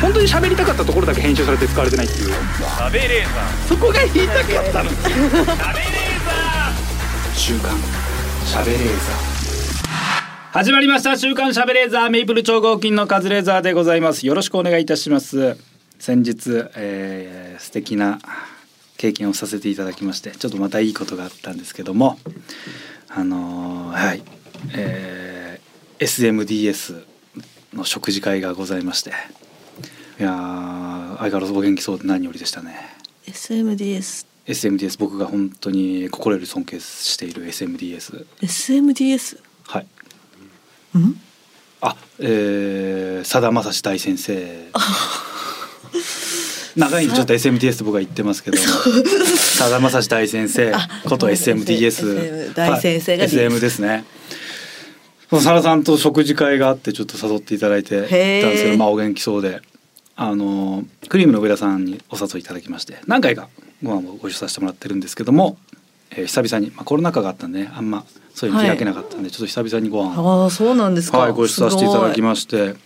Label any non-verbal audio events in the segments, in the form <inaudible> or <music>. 本当に喋りたかったところだけ編集されて使われてないっていう食べれーそこが言いたかったの週刊しゃべれー始まりました週刊しゃべれーザーメイプル超合金のカズレーザーでございますよろしくお願いいたします先日、えー素敵な経験をさせていただきましてちょっとまたいいことがあったんですけどもあのーはい、えー SMDS の食事会がございましていやー相変わらずお元気そうで何よりでしたね SMDS SMDS 僕が本当に心より尊敬している SMDS SMDS はいんあえーさだまさし大先生 <laughs> 長いんでちょっと SMDS と僕は言ってますけどさだまさし大先生ことごめんなさい SMDS SM 大先生がはい SM ですねさださんと食事会があってちょっと誘っていただいてたんですけへーどまあお元気そうであのクリームの上田さんにお誘いいただきまして何回かご飯をご一緒させてもらってるんですけども、えー久々に、まあ、コロナ禍があったんでねあんまそういうの開けなかったんで、ちょっと久々にご飯をああそうなんですか、はい、ご一緒させていただきすまして。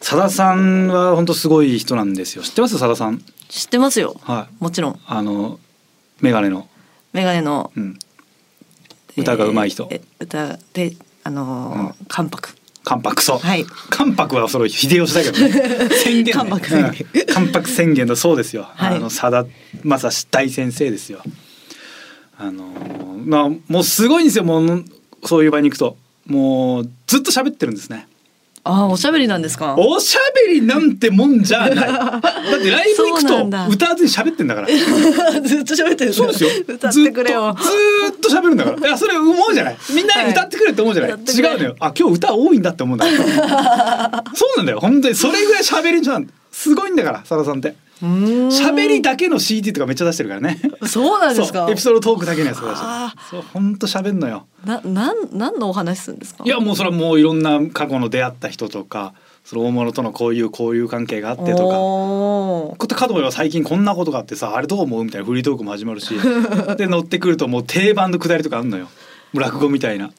さださんは本当すごい人なんですよ。知ってますさださん。ごい知ってますよはい。もちろんあの。メガネの。メガネのうん。歌が上手い人えーえ歌であのー関白関白そう。はい関白はそれ秀吉だけど <laughs> ね。宣言、ね。関白宣言。関白宣言のそうですよ。はいあのさだまさし大先生ですよ。あのまあもうすごいんですよ。もうそういう場に行くと。もうずっと喋ってるんですね。ああおしゃべりなんですかおしゃべりなんてもんじ <laughs> ゃない。だってライブ行くそうなんだと歌わずに喋ってんだから。 <laughs> ずっと喋ってるんそうですよ。 <laughs> 歌ってくれよずっとずーっと喋るんだから。いやそれ思う <laughs> じゃない。みんなはい歌ってくれって思うじゃない。歌ってくれ違うのよ。あ今日歌多いんだって思うんだ <laughs> よ。そうなんだよ。本当にそれぐらい喋りじゃん。すごいんだから、サラさんって。うーん喋りだけの CD とかめっちゃ出してるからね。そうなんですそかうエピソードトークだけのやつ出してある。そう本当喋んのよ。ななんなんのお話するんですかいやもうそれはもういろんな過去の出会った人とか、その大物とのこういうこういう関係があってとか。おーことかと思えば最近こんなことがあってさあれどう思うみたいなフリートークも始ま <laughs> るしで乗ってくるともう定番のくだりとかあんのよもう落語みたいな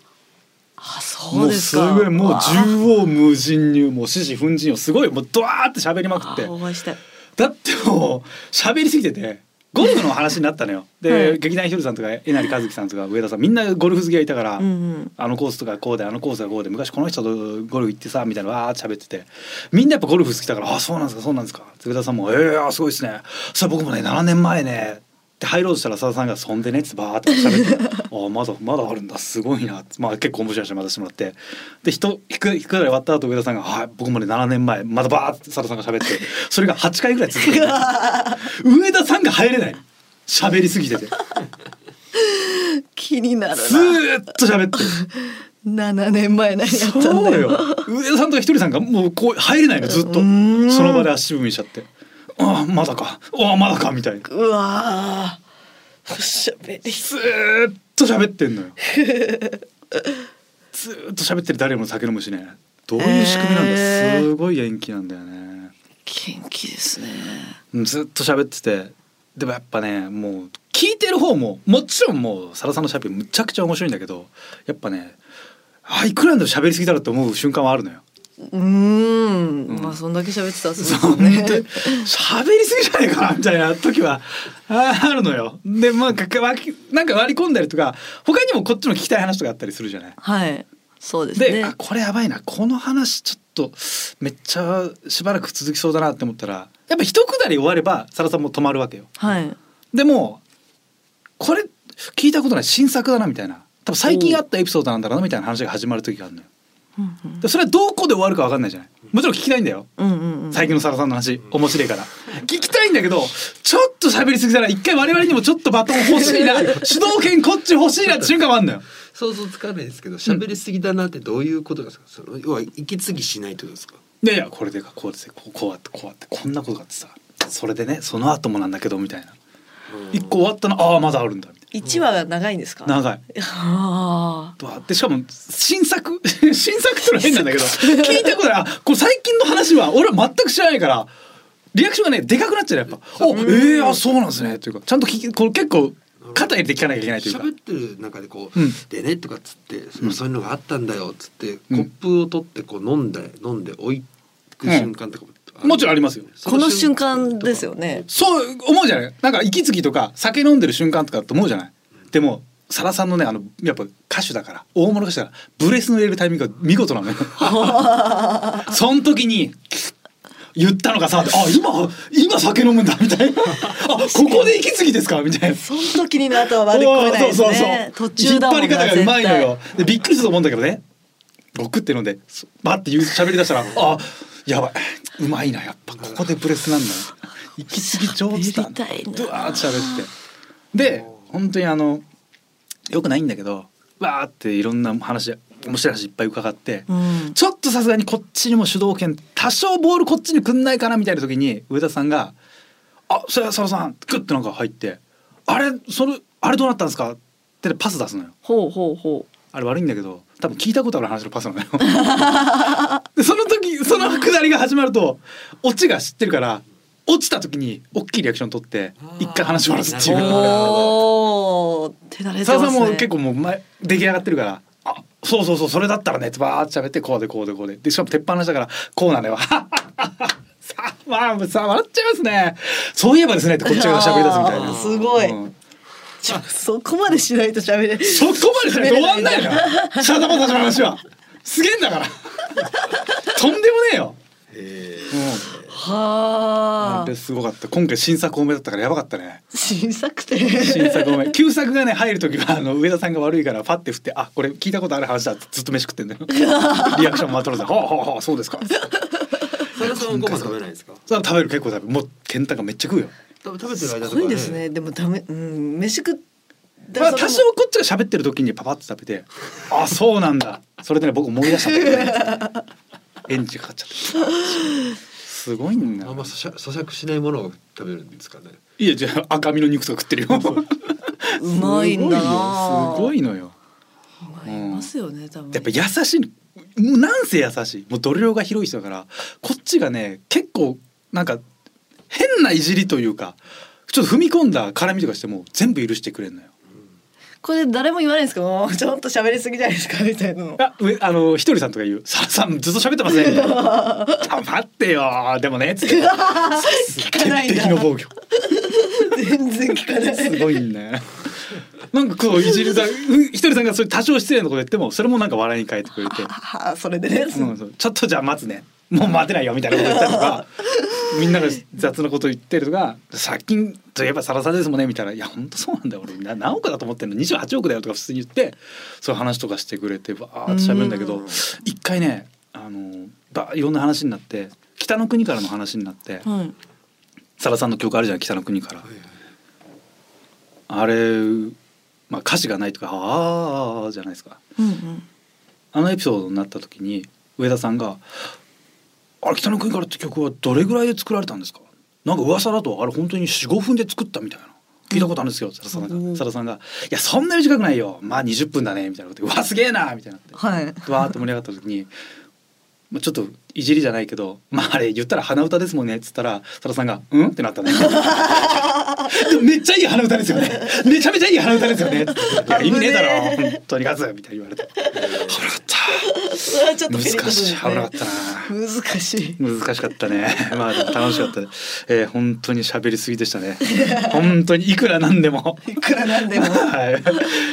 あそうですかもうすごいもうわあ縦横無尽にもう獅子奮陣をすごいもうドワーって喋りまくってあお会いしたいだってもう喋りすぎててゴルフの話になったのよで、はい劇団ひとりさんとかえなりかずきさんとか上田さんみんなゴルフ好きがいたから、うんうんあのコースとかこうであのコースがこうで昔この人とゴルフ行ってさみたいなわーって喋っててみんなやっぱゴルフ好きだから「あそうなんですかそうなんですか」津田さんも「えー、あすごいですね」それ僕もね7年前ねって入ろうとしたら佐田さんが「そんでね」ってバーって喋って <laughs> 「あーまだまだあるんだすごいな」まあ結構面白い話またしてもらってで人引く引くぐらい終わった後上田さんが「はい僕もね7年前またバーって佐田さんが喋ってそれが8回ぐらい続 <laughs> く上田さんが入れない喋りすぎてて気になるずーっと喋ってる。な7年前何やったんだそうよ上田さんとかひとりさんがもうこう入れないのずっとそーんの場で足踏みしちゃってああまだかああまだかみたいなうわーおしゃべりずーっと喋ってんのよずーっと喋ってる誰も酒飲むしねどういう仕組みなんだ、えーすごい元気なんだよね元気ですねずっと喋っててでもやっぱねもう聞いてる方ももちろんもうさださんのしゃべりむちゃくちゃ面白いんだけどやっぱねあいくらなんでも喋りすぎだろって思う瞬間はあるのようーん、うんまあそんだけ喋ってたらそうそうでねすね喋りすぎじゃないかなみたいな時はああるのよ。でまあかかわきなんか割り込んだりとか他にもこっちも聞きたい話とかあったりするじゃない。はいそうですで、ねあこれやばいなこの話ちょっとめっちゃしばらく続きそうだなって思ったらやっぱ一くだり終わればサラさんも止まるわけよ。はいでもこれ聞いたことない新作だなみたいな多分最近あったエピソードなんだろうなみたいな話が始まる時があるのよ。うんでそれはどこで終わるかわかんないじゃない。もちろん聞きたいんだよ。うんうんうん最近のサラさんの話面白いから聞きたいんだけどちょっと喋りすぎたら一回我々にもちょっとバトン欲しいな主導権こっち欲しいなって瞬間もあんのよ想像つかないですけど喋りすぎだなってどういうことなんですか、その要は息継ぎしないってことですかいやいやこれでかこうですこうこうあってこうあってこんなことがあってさそれでねその後もなんだけどみたいな一個終わったなああまだあるんだみたい一話が長いんですかな長いあうわってしかも新作 <laughs> 新作ってのは変なんだけど聞いたことないあこれ最近の話は俺は全く知らないからリアクションがねでかくなっちゃうよやっぱ「おええあそうなんですね」というかちゃんと聞きこれ結構肩入れて聞かなきゃいけないというか喋ってる中でこう「うんでね」とかっつって、うんそういうのがあったんだよっつって、うんコップを取ってこう飲んで飲んで置いく瞬間とかもある、もちろんありますよその瞬間この瞬間ですよねそう思うじゃないなんか息継ぎとか酒飲んでる瞬間とかって思うじゃないでもサラさんのねあのやっぱ歌手だから大物歌手だからブレスの入れるタイミングが見事なのよその時に言ったのがさあ今今酒飲むんだみたいなあここで息継ぎですかみたいなその時にの後は悪く聞こえないですそうそうそねう途中だもんな引っ張り方がうまいのよ絶でびっくりすると思うんだけどねゴクって飲んでそバッて言う喋り出したらあやばいうまいなやっぱここでブレスなんだよ息継ぎ上手だ喋りたいなドワーッと喋ってで本当にあのよくないんだけどわーっていろんな話面白い話いっぱい伺って、対うんちょっとさすがにこっちにも主導権多少ボールこっちにくんないかなみたいな時に上田さんが「あそれは佐野さん」グッてなんか入って「あれそれあれどうなったんですか?」ってパス出すのよ。ほうほうほうあれ悪いんだけど多分聞いたことある話のパスなのよ。でその時その下りが始まるとオチが知ってるから落ちた時に大きいリアクション取って一回話終わらすってい違う。おお手慣れて佐野まさんすもね結構もう前出来上がってるから「あそうそうそうそれだったらね」ってバーって喋ってこうでこうでこうででしかも鉄板の下だからこうなのよ。 <laughs> さあまあさあ笑っちゃいますね。そういえばですねってこっちが喋り出すみたいあな。ー <laughs> すごいうんちょそこまでしないと喋れそこまでしないと終わんないから。さだまさしの話はすげえんだから。とんでもねえよ。えうん、あはあれすごかった今回新作多めだったからやばかったね小さく新て作多め旧作がね入る時はあの上田さんが悪いからパッて振って「あこれ聞いたことある話だ」ってずっと飯食ってんだ <laughs> よリアクションも取るぞ「ほうほうほうそうですか」ー、佐田さんはご飯食べないですかさあ食べる結構食べるもうケンタがめっちゃ食うよ、多分食べてる間とすか、ごいですねでもダメうん飯食っまあ、多少こっちが喋ってる時にパパッと食べて「あそうなんだ」それでね僕思い出したん <laughs> だけどねエンジンかかっちゃってすごいんだあんま咀嚼咀嚼しないものを食べるんですかねいやじゃあ赤身の肉とか食ってるようまいんだなすごいいのよいますよね多分やっぱ優しいもうなんせ優しいもう度量が広い人だからこっちがね結構なんか変ないじりというかちょっと踏み込んだ絡みとかしても全部許してくれるのよ。これ誰も言わないんですけどもうちょっと喋りすぎじゃないですかみたい <laughs> なのあ上あのひとりさんとか言う「さあさんずっと喋ってます <laughs> ね」みたいな「黙ってよでもね」つ <laughs> って聞かないん鉄だ壁の防御全然聞かないすごいんだよね。なんかこういじりだひとりさんがそれ多少失礼なこと言ってもそれもなんか笑いに変えてくれてああそれでね、うんそうちょっとじゃあ待つねもう待てないよみたいなこと言ったりと <laughs> かみんなが雑なこと言ってるとか借金といえばサラサラですもんねみたいな「いや本当そうなんだよ俺な何億だと思ってんの28億だよ」とか普通に言ってそういう話とかしてくれてバーって喋るんだけうどん一回ねあのばいろんな話になって北の国からの話になってはいサラさんの曲あるじゃん北の国から。あれ、まあ、歌詞がないとか「あーあーあー」じゃないですか。うんうんあのエピソードになった時に上田さんが「あれ北の国から」って曲はどれぐらいで作られたんですかなんか噂だとあれ本当に45分で作ったみたいな聞いたことあるんですよさださんがうんさださんが「いやそんな短くないよまあ20分だね」みたいなことで「うわすげえな」みたいになってはいわーって盛り上がった時に、まあ、ちょっといじりじゃないけど「まああれ言ったら鼻歌ですもんね」っつったらさださんが「うん?」ってなった <laughs> ねでもめっちゃいい鼻歌ですよねめちゃめちゃいい鼻歌ですよねって言っていや意味ねえだろ本当にガツ」みたいに言われて「危なかった」それはちょっと難ピしリいッとす危るなかねったな難しい難しかったねまあでも楽しかった、えー、本当に喋りすぎでしたね本当にいくらなんでもいくらなんでもはい、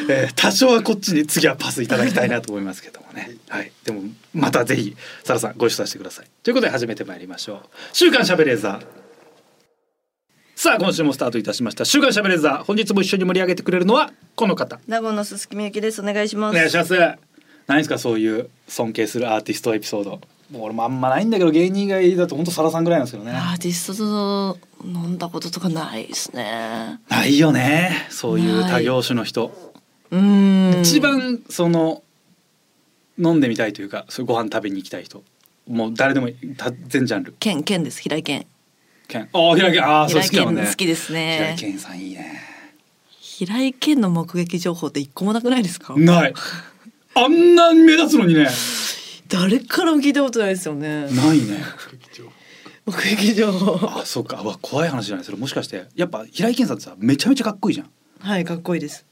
えー多少はこっちに次はパスいただきたいなと思いますけどもねはいでもまたぜひサラさんご一緒させてくださいということで始めてまいりましょう週刊しゃべれーザーさあ今週もスタートいたしました週刊しゃべれーザー本日も一緒に盛り上げてくれるのはこの方 <laughs> 名護の鈴木みゆきですお願いしおま願いすします。何ですかそういう尊敬するアーティストエピソード。もう俺もあんまないんだけど芸人以外だと本当サラさんぐらいなんですけどね。アーティストと飲んだこととかないですねないよねそういうない多業種の人。うーん一番その飲んでみたいというかそういうご飯食べに行きたい人。もう誰でもいいた全ジャンル。県県です平井県ケンああ平井健ああそ平れ井好きだもん県ね。好きです平ね井健さんいいね。平井健の目撃情報って一個もなくないですかない。あんなに目立つのにね。誰からも聞いたことないですよねないね。目撃情報あそうかうわ怖い話じゃないそれもしかしてやっぱ平井健さんってさめちゃめちゃかっこいいじゃん。はいかっこいいです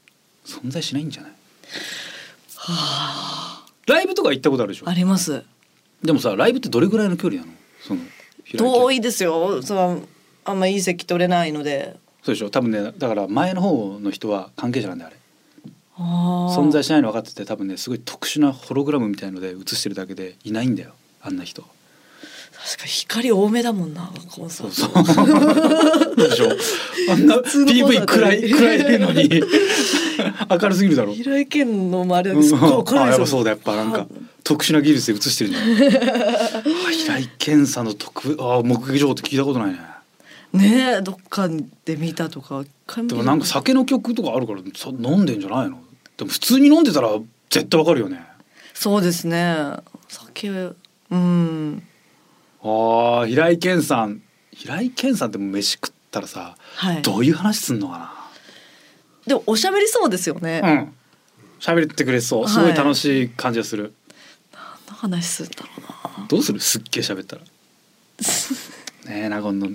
存在しないんじゃないライブとか行ったことあるでしょありますでもさライブってどれぐらいの距離なのその平井堅遠いですよそのあんまいい席取れないのでそうでしょ多分ねだから前の方の人は関係者なんであれ存存在しないの分かってて多分ねすごい特殊なホログラムみたいので映してるだけでいないんだよあんな人確かに光多めだもんなコンそサうーそトうそうでしょあんな普通のコンサー PV ト暗い暗いのに明るすぎるだろ平井堅の周りうはんすっごい怒らあれやっでぱすそもうんだやっぱなん <laughs> か特殊な技術で映してるんじゃないあ平井堅さんの特あ目撃情報って聞いたことないねねえどっかで見たとか一回見でたもなんか酒の曲とかあるからそ飲んでんじゃないのでも普通に飲んでたら絶対わかるよねそうですね酒うんあー平井堅さん平井堅さんってもう飯食ったらさはいどういう話すんのかでもおしゃべりそうですよね、なうん喋ってくれそうすごい楽しい感じがする、何の話するんだろうなどうするすっげえ喋ったらねえ納言の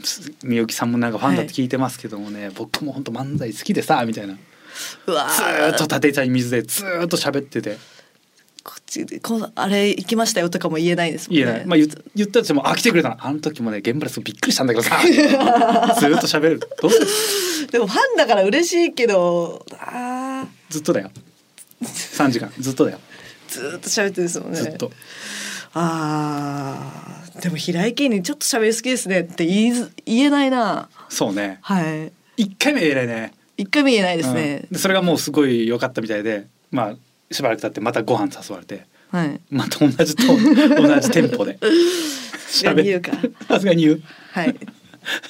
みゆきさんもなんかファンだって聞いてますけどもね、僕も本当漫才好きでさみたいなうわずーっとー立てたい水でずーっと喋っててこっちでこのあれ行きましたよとかも言えないですもん言ねえない、まあ、言言ったとしてもあ来てくれたのあの時もね現場ですごいびっくりしたんだけどさずーっと喋るどうするでもファンだから嬉しいけどあーずっとだよ3時間ずっとだよずーっと喋ってるんですもんねずっと。あーでも平井堅にちょっと喋り好きですねって言いず言えないなそうねはい一回目言えないね一回も言えないですねうん、、でそれがもうすごい良かったみたいでまあしばらく経ってまたご飯誘われてはいまた同じ <laughs> と同じテンポでさすがに言うか喋るさすがに言うはい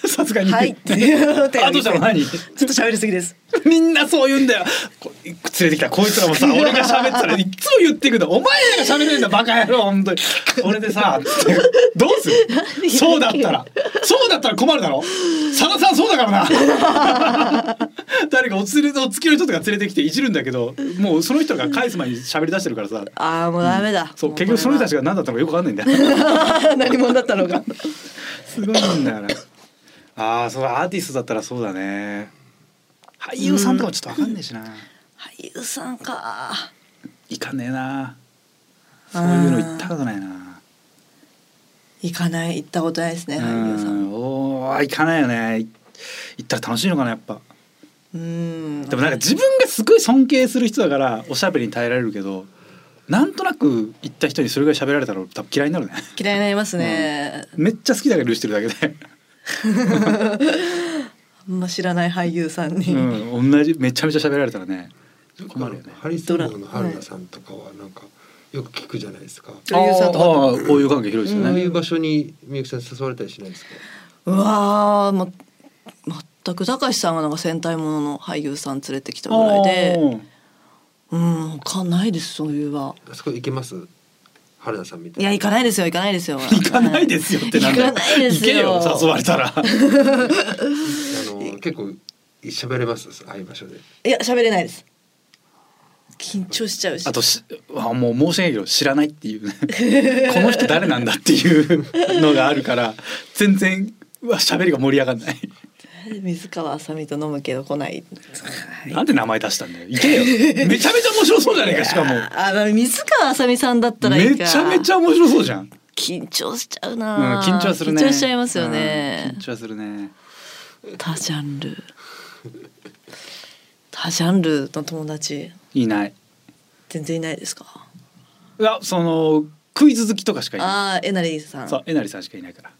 さすがに言うはいっていう手 <laughs> をあどうしたの <laughs> 何ちょっと喋りすぎです <laughs> みんなそう言うんだよこ連れてきたこいつらもさ俺が喋ったらいっつも言ってくんだお前らが喋れるんだバカ野郎本当に俺で <laughs> さつってどうするそうだったらそうだったら困るだろ佐田さんそうだから <laughs> な誰かおつれお付き合いの人とか連れてきていじるんだけどもうその人が返す前に喋り出してるからさああもうダメだ、そう結局その人たちが何だったのかよくわかんないんだよが <laughs> 何者だったのかすごいんだよなああそれアーティストだったらそうだね俳優さんとかもちょっとわかんないしな俳優さんかいかねえなそういうの行ったことないな行かない行ったことないですねう俳優さんんおー行かないよねい行ったら楽しいのかなやっぱうんでもなんか自分がすごい尊敬する人だからおしゃべりに耐えられるけどなんとなく行った人にそれぐらい喋られたら俺多分嫌いになるね <laughs> 嫌いになりますね、めっちゃ好きだから許してるだけであんま知らない俳優さんに、うん、同じめちゃめちゃ喋られたらね困るよねハリソンボーの春菜さんとかはなんかよく聞くじゃないですか。プロデューサーとかとあーあーこういう関係広いですそようね、いう場所にみゆきさん誘われたりしないですか。うわあ、ま、全く高橋さんがなんか戦隊ものの俳優さん連れてきたぐらいで、うん、他ないですそういうは。あそこ行けます。春菜さんみたいいやな。行かないですよ行かないですよ。 <laughs> 行かないですよってなんだよ行かないですよ行けよ誘われたらあの結構喋れますああいう場所で。いや喋れないです。緊張しちゃうし。あとしあもう申し訳ないけど知らないっていうね <laughs> この人誰なんだっていうのがあるから全然うわ喋りが盛り上がんない水川あさみと飲むけど来ない。なんで名前出したんだよ行けよ <laughs> めちゃめちゃ面白そうじゃないかし <laughs> かもあの水川あさみさんだったらいいめか。ちゃめちゃ面白そうじゃん、緊張しちゃううん、な。緊張するね緊張しちゃいますよねうん。緊張するね他ジャンル。他ジャンルの友達いない全然いないですか。いやそのクイズ好きとかしかいなああえなりさんい。そうえなりさんしかいないから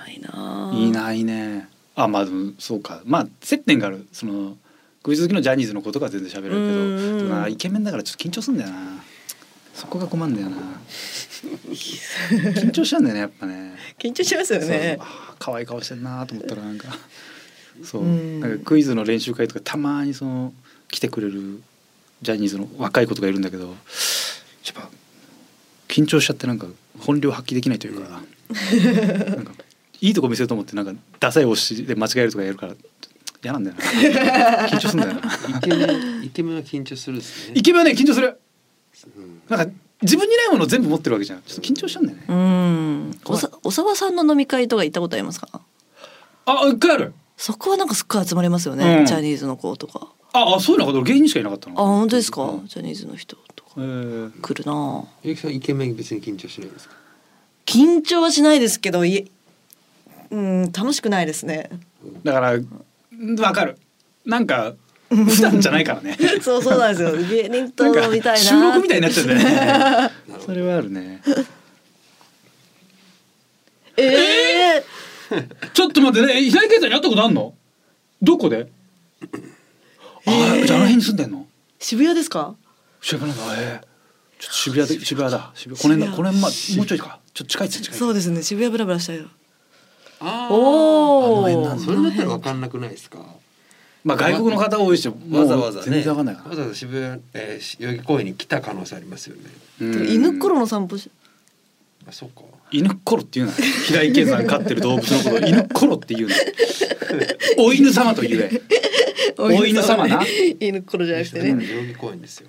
ないなあ。いないねあまあでもそうかまあ接点があるそのクイズ好きのジャニーズの子とかは全然喋れるけうんどうんでもなイケメンだからちょっと緊張すんだよなそこが困るんだよ <laughs> な緊張しちゃうんだよねやっぱね緊張しますよねそう。あー可愛い顔してんなと思ったらなんか <laughs> そううんなんかクイズの練習会とかたまにその来てくれるジャニーズの若い子とかいるんだけどやっぱ緊張しちゃってなんか本領発揮できないというか,、なんかいいとこ見せようと思ってなんかダサい押しで間違えるとかやるから嫌なんだよな緊張すんだよ <laughs> なイケメンイ <laughs> ケメンは緊張するですねイ。ケメンはね緊張するうんなんか自分にないものを全部持ってるわけじゃんちょっと緊張しちゃうんだよね、うん。怖おいさ、おさわさんの飲み会とか行ったことありますか。あ一回あるそこはなんかすっごい集まりますよね。うんジャニーズの子とか。ああそういうのか俺芸人しかいなかったのあ、本当ですか。うんジャニーズの人とかえー来るなあ。みゆきさんイケメン別に緊張しないですか。緊緊張はしないですけどいえうん楽しくないですね <laughs> だからわかるなんか普段じゃないから <laughs> ねそうそうなんですよ芸人となんかみたいな収録みたいになっちゃうんだよね <laughs> それはあるねええちょっと待ってね平井堅さんやったことあんのどこであーじゃああの辺に住んでんの渋谷ですか渋谷なんだえーちょっと渋谷で渋谷だ渋谷この辺だこの辺まもうちょいかちょっと近いっす近いそうですね渋谷ブラブラしたいよああのお辺おなんだそれだったら分かんなくないですかまあ外国の方多いしわざわざねもう全然わかんないかわざわざ渋谷、えーし、代々木公園に来た可能性ありますよねらうん犬ころの散歩しあそうか犬っころっていうな平井堅さんが飼ってる動物のことを犬っころっていうなお犬様と言えお犬様な犬ころじゃなくて代々ね木公園ですよ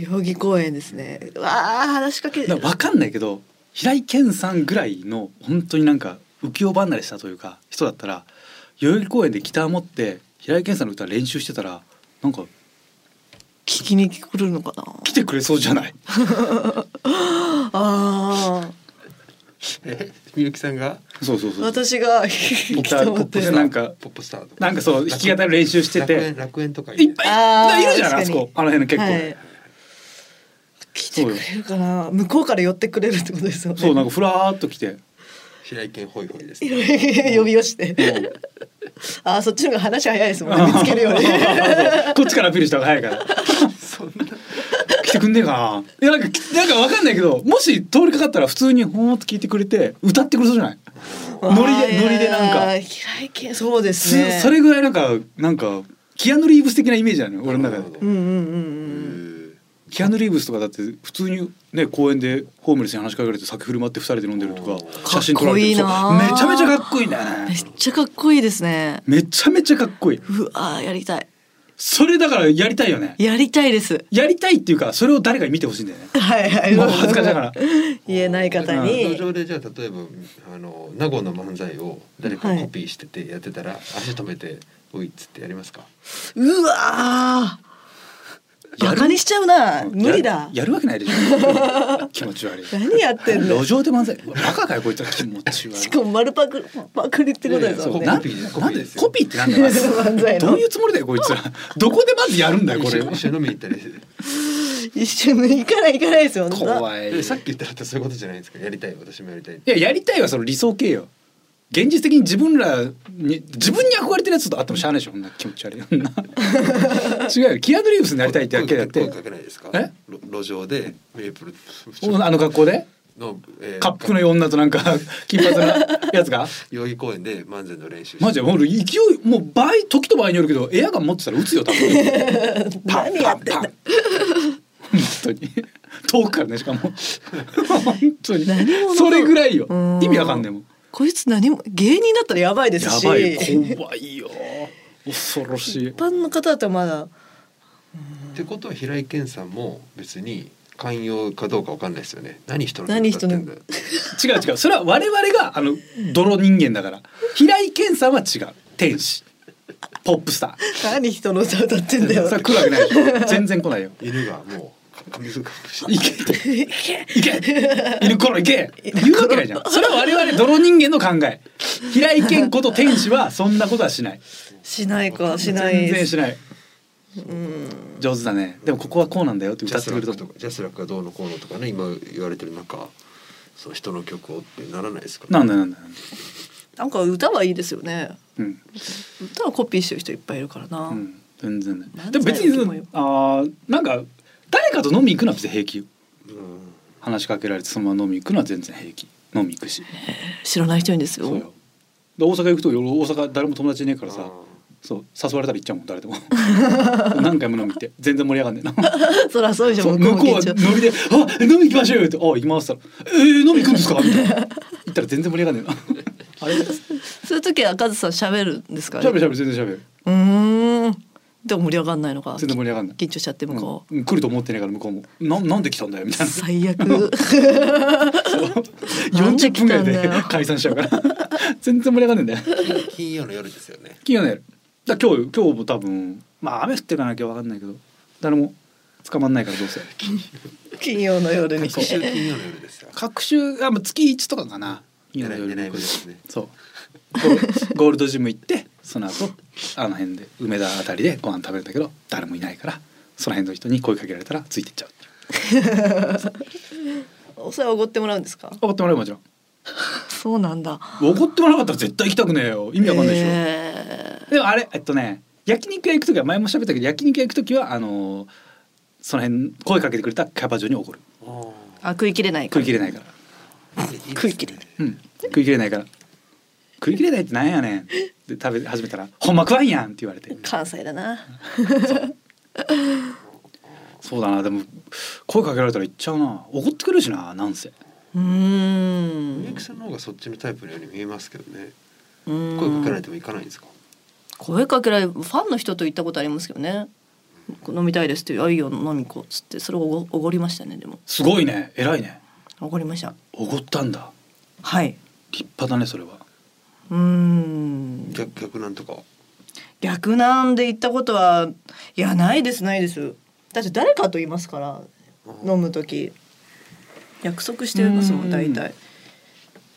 代々木公園ですねわあ話しかけだからわかんないけど平井堅さんぐらいの本当になんか浮世離れしたというか人だったら代々木公園でギター持って平井堅さんの歌練習してたらなんか聞きに来るのかな来てくれそうじゃないあえみゆきさんがそうそうそうあ私がギターポップでなんかポップスターとなんかそう弾き語り練習して楽園て楽園とかいっにぱあーいいるじゃんあ確そかにこあの辺の結構、はい来てくれるかな向こうから寄ってくれるってことですよねそうなんかふらーっと来て平井堅ホイホイです、ね、 <laughs> 呼び寄してもう <laughs> あーそっちの方が話早いですもん <laughs> ね見つけ <laughs> るよねこっちからアピールした方が早いから。 <laughs> 来てくんねえかな。いやなんかきなんかわかんないけど、もし通りかかったら普通にほーっと聞いてくれて歌ってくれそうじゃない。ノリでノリでなんあか、ー平井堅そうですすねそれぐらいなんかなんかキアヌリーブス的なイメージなのよ俺の中なるほで。どうんうんうんうんキアヌリーブスとかだって普通にね公園でホームレスに話しかけられて酒振る舞って二人で飲んでるとか写真撮られてるとかっこいいなーめちゃめちゃかっこいいんだよめねっ。ちゃかっこいいですねめちゃめちゃかっこいい。うわーやりたいそれだからやりたいよね。やりたいですやりたいっていうかそれを誰かに見てほしいんだよね。はい <laughs> はいもう恥ずかしいから言えない方路に上でじゃあ例えばあの名護の漫才を誰かコピーしててやってたら、足止めて「おい」っつってやりますかうわーバカにしちゃうな無理だややるわけないでしょ <laughs> 気持ち悪い何やってんの路上で漫才うわバカかよこいつは気持ち悪いしかも丸パクパクリってことですそもうんねなんコピーですなんでコピーってなんだよ漫才の <laughs> どういうつもりだよこいつらどこでまずやるんだよこ一 <laughs> れ緒一緒に飲みに行ったりして一緒に行かない行かないですよい怖いでさっいき言ったらってそういうことじゃないですかやりたい私もやりたいややりたいはその理想形よ現実的に自分らに自分に憧れてるやつとあってもしゃあないでしょそんな気持ち悪いそんな違うよキアヌ・リーブスになりたいってだけだって声かけないですかえ路路上でメープルあの格好での、え恰幅の女となんか金髪なやつが代々木公園で漫才の練習してマジでもう勢いもう倍時と場合によるけどエアガン持ってたら撃つよ多分パン <laughs> 何パやンっパン本当に遠くからねしかも本当に何者だろうそれぐらいようん意味わかんないもんこいつ何も芸人だったらやばいですやしばい一よ怖いよ恐ろしい般の方だったらまだってことは平井堅さんも別に寛容かどうかわかんないですよね何人の何人の歌ってんだよ違う違うそれは我々があの泥人間だから平井堅さんは違う天使ポップスタ何人の歌歌ってんだーよそれ来るわけないでしょ全然来ないよ犬がもう噛みつくかもしれないいけ <laughs> といけ犬ころいけ言うわけないじゃんそれは我々泥人間の考え平井堅子と天使はそんなことはしないしないかしない全で然すしない上手だねでもここはこうなんだよってジ歌ャってスくラれるッとクとかジャスラックがどうのこうのとかね今言われてる中その人の曲をってならないですか、なんだよなんだよなんだよなんか歌はいいですよねうん、歌はコピーしてる人いっぱいいるからな、うん、全然ねなんでだよも別キモいによあーなんか誰かと飲み行くのは別に平気ようん、話しかけられてそのまま飲み行くのは全然平気飲み行くし知らない人いるんですよそうよで大阪行くと俺大阪誰も友達いねえからさあーそう誘われたら行っちゃうもん誰でも <laughs> 何回も飲み行って全然盛り上がんねえなそらそうじゃんそう向こうは緊張飲みで「あ飲み行きましょうよ」って「あ行きます」って言ったら「えー、飲み行くんですか?」みたいな行ったら全然盛り上がんねえな <laughs> あれしそういう時はカズさん喋るんですかねゃべしゃべ全然しゃべるうーんでも盛り上がんないのか全然盛り上がんない緊張しちゃって向こう、うん、来ると思ってないから向こうも「ななんで来たんだよ」みたいな最悪40分ぐ <laughs> らいなんで来たんだよで解散しちゃうから <laughs> 全然盛り上がんねえんだよ金金曜の夜ですよね金曜の夜だから今日今日も多分まあ雨降ってるかな今日わかんないけど誰も捕まんないからどうせ金曜の夜に各週金曜の夜ですよ。 <laughs> 各週あもう月一とかかな金曜の夜狙いに目ですね。そうゴーゴール <laughs> ドジム行ってその後あの辺で梅田あたりでご飯食べるんだけど誰もいないからその辺の人に声かけられたらついてっちゃうお世話おごってもらうんですか怒ってもらうよもちろんそうなんだ怒ってもらわなかったら絶対行きたくねえよ意味わかんないでしょ、えでもあれえっとね焼肉屋行く時は前も喋ったけど焼肉屋行く時はあのーその辺声かけてくれたキャバ嬢に怒るーあ食い切れない食からい切れないから食い切れないうん食い切れないから食い切れないってなんやねんで食べ始めたら「ほんま食わんやん!」って言われて関西だなそうだなでも声かけられたら行っちゃうな怒ってくるしななんせうーんみゆきさんの方がそっちのタイプのように見えますけどね。うーん声かけられても行かないんですか。声かけられファンの人と行ったことありますけどね飲みたいですって「あいいよ飲み行こう」っつってそれをおごおごりましたねでもすごいね偉いねおごりましたおごったんだはい立派だねそれはうーん逆逆なんとか。逆なんで行ったことはいやないですないですだって誰かと言いますから飲む時約束してますもうんん大体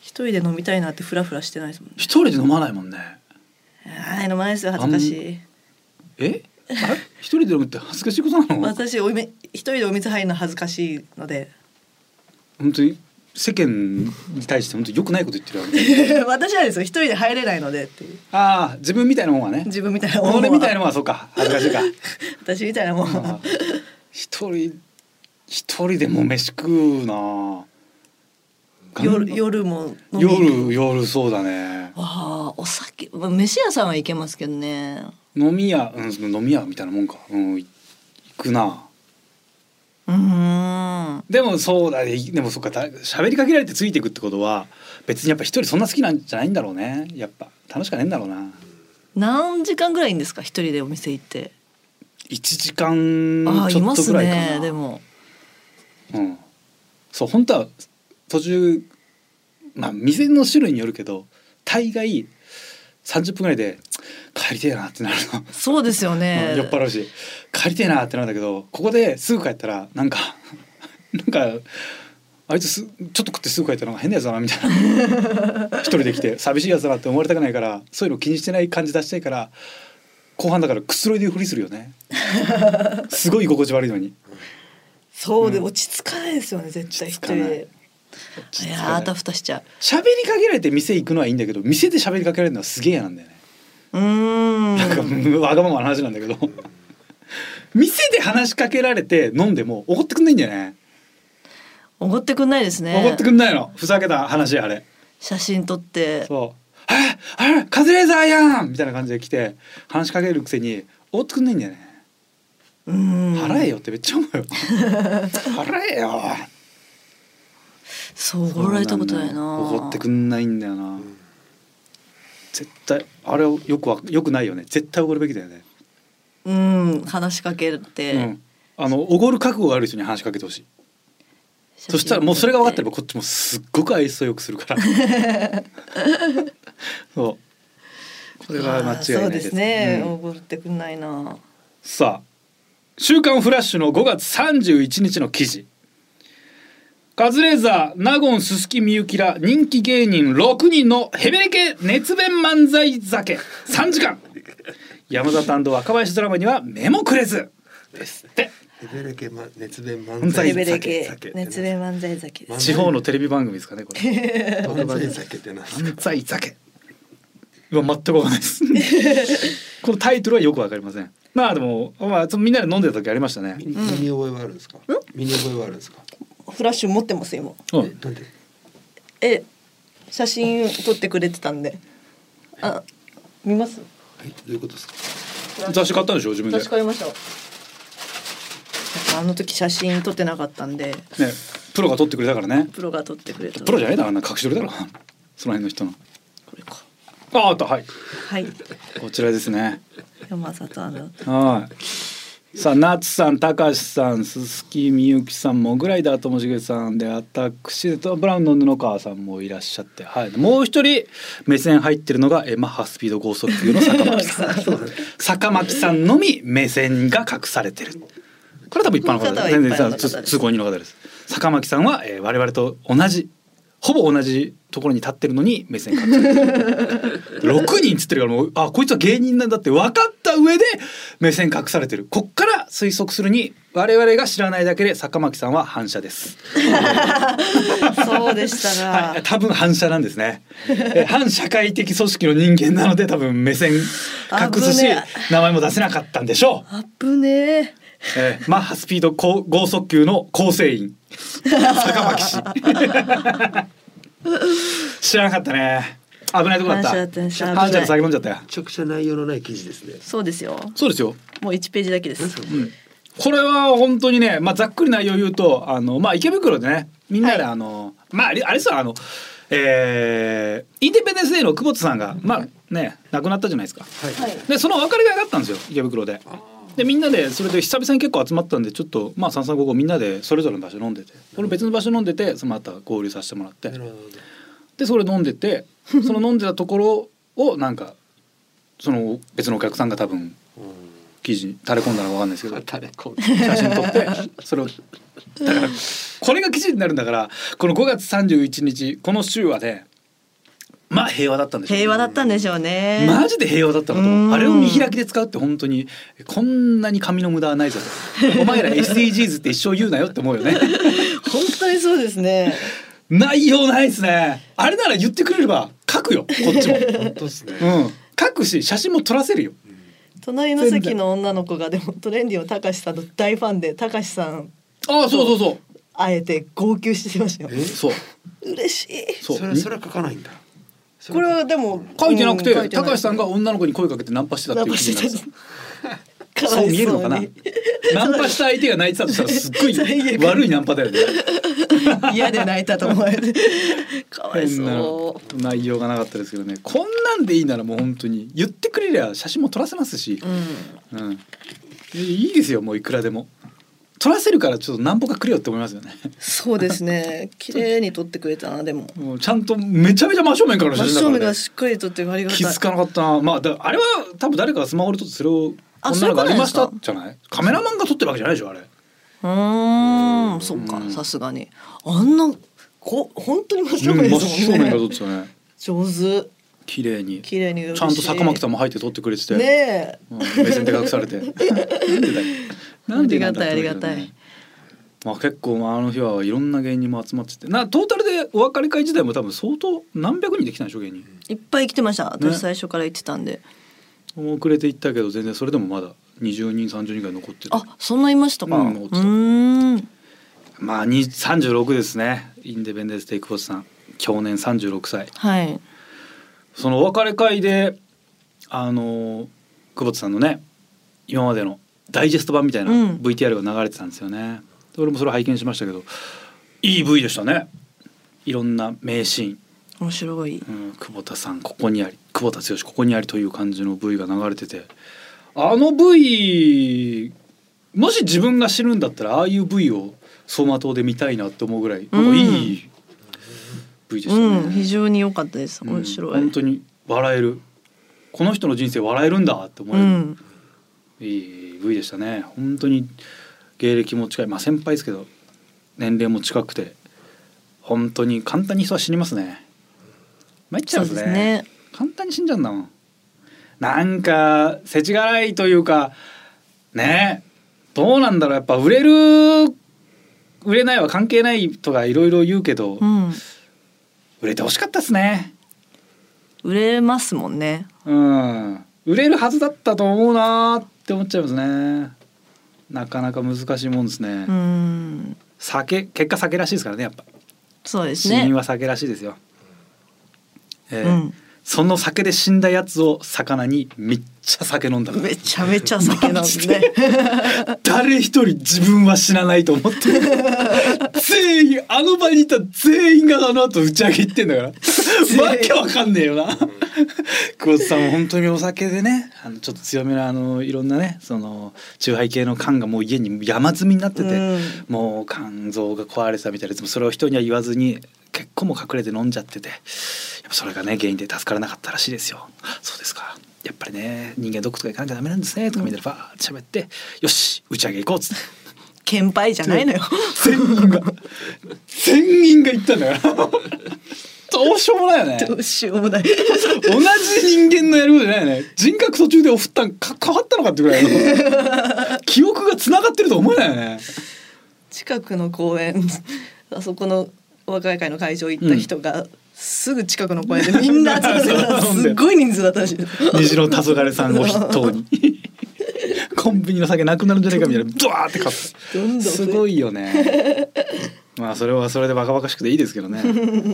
一人で飲みたいなってフラフラしてないですもんね一人で飲まないもんねはい飲まないですよ恥ずかしえあれ一人で飲むって恥ずかしいこと <laughs> ないの私おめ一人でお水入るの恥ずかしいの <laughs> で本当に世間に対して本当に良くないこと言ってるわけ私はですよ一人で入れないのでっていうああ自分みたいなもんはね自分みたいな俺みたいななもんはそうか恥ずかしいか私みたいなもんあはー <laughs> 一人一人でも飯食うな夜夜も飲み夜夜そうだねわあお酒まあ飯屋さんは行けますけどね飲み屋、うん、飲み屋みたいなもんか、うん、い行くなうーんでもそうだねいでもそっかだ喋りかけられてついていくってことは別にやっぱ一人そんな好きなんじゃないんだろうねやっぱ楽しかねえんだろうな何時間ぐらいいんですか一人でお店行って。 1時間ああちいょっまとすぐらいかなねでも。うん、そう本当は途中まあ店の種類によるけど大概30分ぐらいで帰りてえなってなるの、そうですよね。 <laughs> 酔っ払うし帰りてえなってなるんだけどここですぐ帰ったらなんか <laughs> なんかあいつすちょっと食ってすぐ帰ったのが変なやつだなみたい <laughs> な一人で来て寂しいやつだなって思われたくないからそういうの気にしてない感じ出したいから後半だからくつろいでるふりするよ <laughs> ねすごい居心地悪いのに。そうで、うん落ち着かないですよね絶対一人落で。いやーあたふたしちゃ喋りかけられて店行くのはいいんだけど店で喋りかけられるのはすげえ嫌なんだよね、う。うーん。なんかわがままな話なんだけど <laughs> 店で話しかけられて飲んでも怒ってくんないんだよねおごってくんないですね。怒ってくんないのふざけた話あれ写真撮って。そう「ああれカズレーザーやん!」みたいな感じで来て話しかけるくせに怒ってくんないんだよねうーん。払えよってめっちゃ思うよ <laughs> 払えよそう怒られたことないな。怒ってくんないんだよな絶対あれよくわよくないよね絶対怒るべきだよねうん話しかけて。うん、あのおごる覚悟がある人に話しかけてほしい写真撮ってそしたらもうそれが分かってれば。こっちもすっごく愛想よくする <laughs> からそうこれは間違いないですあーそうですね。うんおごってくんないな。さあ「週刊フラッシュ」の5月31日の記事カズレーザー納言すすきみゆきら人気芸人6人のヘベレケ熱弁漫才酒3時 <laughs> 間山里若林ドラマには目もくれずですってヘベレケま熱弁漫漫才酒レベレ才酒系酒熱弁漫才酒です。地方のテレビ番組ですかねこれ漫才酒ってなんですか。犯罪酒うわ全くわかんないですこのタイトルはよくわかりませんまあでも、まあ、そのみんなで飲んでた時ありましたね身、に覚えはあるんですか。身に覚えはあるんですか。フラッシュ持ってます今。うえん、なんで。え写真撮ってくれてたんであ見ますはいどういうことですか。雑誌買ったんでしょ自分で確かりましたあの時写真撮ってなかったんでねプロが撮ってくれたからねプロが撮ってくれたプロじゃなないだろあんな隠し撮りだろその辺の人のこれかあああったはいはいこちらですね山里アナはい。さあ、夏さん、たかしさん、すすきみゆきさん、モグライダーともしげさんで、私とブラウンの布川さんもいらっしゃって、はい。もう一人目線入ってるのがエマハスピード高速級の坂巻さん。坂巻さんのみ目線が隠されてる。これは多分一般の方この方では全然一般の方通です通行人の方です坂巻さんは、えー、我々と同じほぼ同じところに立ってるのに目線かっちゃ <laughs> う六人つってるからもうあこいつは芸人なんだって分かった上で目線隠されてるこっから推測するに我々が知らないだけで坂巻さんは反射ですそうでしたはい、多分反社なんですね。え反社会的組織の人間なので多分目線隠すし危ね名前も出せなかったんでしょう。あぶねえ。えーマッハスピード高剛速球の構成員坂巻氏 <laughs> 知らなかったね。危ないとこだった。反社だったね反危ない社で酒飲んじゃったよ。ちゃくちゃ内容のない記事ですね。そうですよ。そうですよ。もう一ページだけで何ですす。かこうれんこれは本当にね、まあ、ざっくり内容を言うとあの、まあ、池袋でねみんなではいあの、まああれあれさあの、えーインディペンデンス・デーの久保田さんが、まあね、亡くなったじゃないですかははいい。でそのお別れ会があったんですよ池袋で。でみんなでそれで久々に結構集まったんでちょっとまあ三三五五みんなでそれぞれの場所飲んでてその別の場所飲んでてそのまた合流させてもらってなるほど。でそれ飲んでてその飲んでたところをなんかその別のお客さんが多分う記事に垂れ込んだのかわかんないですけどん。垂れ込む。写真撮ってそれをだからこれが記事になるんだからこの5月31日この週はねまあ平和だったんでしょうね平和だったんでしょうね。マジで平和だったのとう思うんあれを見開きで使うって本当にこんなに紙の無駄はないぞ <laughs> とお前ら SDGs って一生言うなよって思うよね本当にそうですね。内容ないですねあれなら言ってくれれば書くよこっちも本当ですね。うん書くし写真も撮らせるよ隣の席の女の子がでもトレンディのたかしさんの大ファンでたかしさんああそうそうそう会えて号泣してましたよえ。そう嬉しい。そうそれそれは書かないんだ。これはでも書いてなくうて書いない高橋さんが女の子に声かけてナンパしてたっていう記事になってたか <laughs> そわうい見えるのかなに。ナンパした相手が泣いてたとしたらすっご <laughs> そう最い悪悪いナンパだよね。嫌で泣いたと思われて。 <laughs> かわい変なそ内容がなかったですけどね。こんなんでいいならもう本当に言ってくれりゃ写真も撮らせますしう。う、ん。うん、いいですよもういくらでも。撮らせるからちょっと何歩かくれよって思いますよね。そうですね。綺麗に撮ってくれたなでも。もうちゃんとめちゃめちゃ真正面からの写真真だ正か面らがね。しっかり撮ってありがたい。気づかなかったな。まあだあれは多分誰かがスマホで撮ってそれをあこんなのがありましそうたいうこじゃない。カメラマンが撮ってるわけじゃないでしょあれ。うーん、そっうか、んさすがに。あんな、こ、本当に真正うん面真で正すもん面ねが。撮ってたね。上手、綺麗に。ち綺麗に。ゃんと坂巻さん。んも入って撮ってくれてて。ねえ。うん目線で隠され <laughs> てなんでだよなんでなんだって思うけどねありがたいありがたいまあ結構まああの日はいろんな芸人も集まっててなトータルでお別れ会自体も多分相当何百人で来たんでしょ芸人いっぱい来てましねた。私最初から言ってたんで。遅れて行ったけど全然それでもまだ20人30人ぐらい残っててあ、そんないましたか。ううんん、思ってたーん。まあに36ですねインディペンデンス・テイクボスさん去年36歳はい。そのお別れ会であの久保田さんのね今までのダイジェスト版みたいなうん VTR が流れてたんですよね、で俺もそれ拝見しましたけどいい V でしたねいろんな名シ面白いー。ン、うん久保田さんここにあり久保田剛ここにありという感じの V が流れててあの V もし自分が死ぬんだったらああいう V を走馬灯で見たいなって思うぐらいなんかいい V でしたね、うん、非常に良かったです。うん面白い。本当に笑えるこの人の人生笑えるんだって思えうる、ん。いい V でしたね本当に芸歴も近いまあ先輩ですけど年齢も近くて本当に簡単に人は死にますね参っちゃそううんでですすねね。簡単に死んじゃうんだもんなんか世知辛いというかねえどうなんだろうやっぱ売れる売れないは関係ないとかいろいろ言うけど、うん。売れてほしかったですね売れますもんね。うん、売れるはずだったと思うなーって思っちゃいますねなかなか難しいもんですね、うん。酒結果酒らしいですからねやっぱそうです死ね因。は酒らしいですよ、えうーん。その酒で死んだやつを魚にめっちゃ酒飲んだからめちゃめちゃ酒なんで。 <laughs> 誰一人自分は死なないと思って <laughs> る全員あの場にいた全員があの後打ち上げ行ってんだからわけわかんねえよな久保田さんも本当にお酒でねあのちょっと強めのあのいろんなねその酎ハイ系の缶がもう家に山積みになってて、うんもう肝臓が壊れてたみたいですもそれを人には言わずに結構もう隠れて飲んじゃっててやっぱそれがね原因で助からなかったらしいですよそうですかや <laughs> っぱりね人間ドックとか行かなきゃダメなんですねとかみんなでバーッて喋ってよし打ち上げ行こうっつって先輩じゃないのよ。全員が全員が言ったんだからどうしようもないよねどうしようもない。 <laughs> 同じ人間のやることじゃないよね人格途中でおふったんか変わったのかってぐらいの記憶がつながってると思えないよね近くの公園あそこの若い会の会場行った人が、すぐ近くの公園でみんな集まっ <laughs> てたすっごい人数だったらしい虹の黄昏さんを筆頭にコンビニの酒なくなるんじゃないかみたいなドワーって買ってどんどん増えすごいよねまあそれはそれでバカバカしくていいですけどね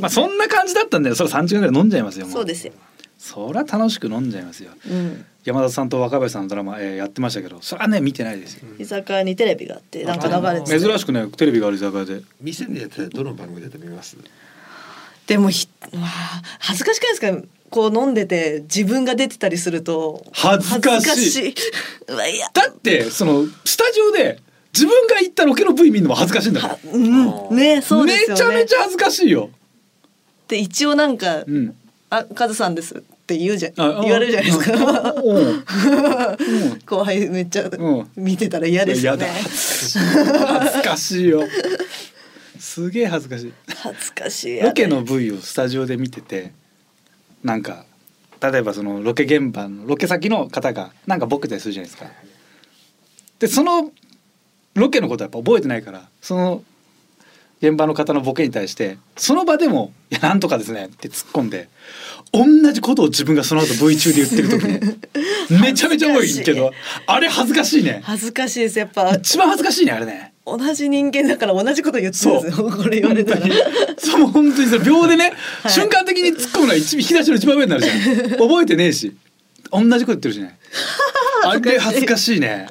まあそんな感じだったんだよそれ3時間ぐらい飲んじゃいますよもそうですよ、そりゃ楽しく飲んじゃいますようん、山田さんと若林さんのドラマ、えーやってましたけどそれはね見てないですよ居酒屋にテレビがあってなんか流れてて珍しくねテレビがある居酒屋で店でやってたらどの番組だと見ますでもひうわあ恥ずかしくないですかこう飲んでて自分が出てたりすると恥ずかしい恥ずかしいうわいやだってそのスタジオで自分が行ったロケの V 見るのも恥ずかしいんだからはうんねそうですよめねちゃめちゃ恥ずかしいよ、で一応なんうかん、 「あカズさんです」って言うじゃんああ言われるじゃないですか <laughs> うんうん後輩めっちゃん見てたら <laughs> 嫌ですよいねややだ恥ずかしいよすげえ恥ずかしい恥ずかしいやねロケの V をスタジオで見ててなんか例えばそのロケ現場のロケ先の方がなんかボケたりするじゃないですかでそのロケのことはやっぱ覚えてないからその現場の方のボケに対してその場でも「いやなんとかですね」って突っ込んで同じことを自分がその後 V 中で言ってる時ね <laughs> めちゃめちゃ多いけどあれ恥ずかしいね恥ずかしいですやっぱ一番恥ずかしいねあれね。同じ人間だから同じこと言ってるんですよこれ言われたら <laughs> <laughs> そう本当にそれ秒でね、はい瞬間的に突っ込むのは一引き出しの一番上になるじゃん <laughs> 覚えてねえし同じこと言ってるしねあれ恥ずかしいね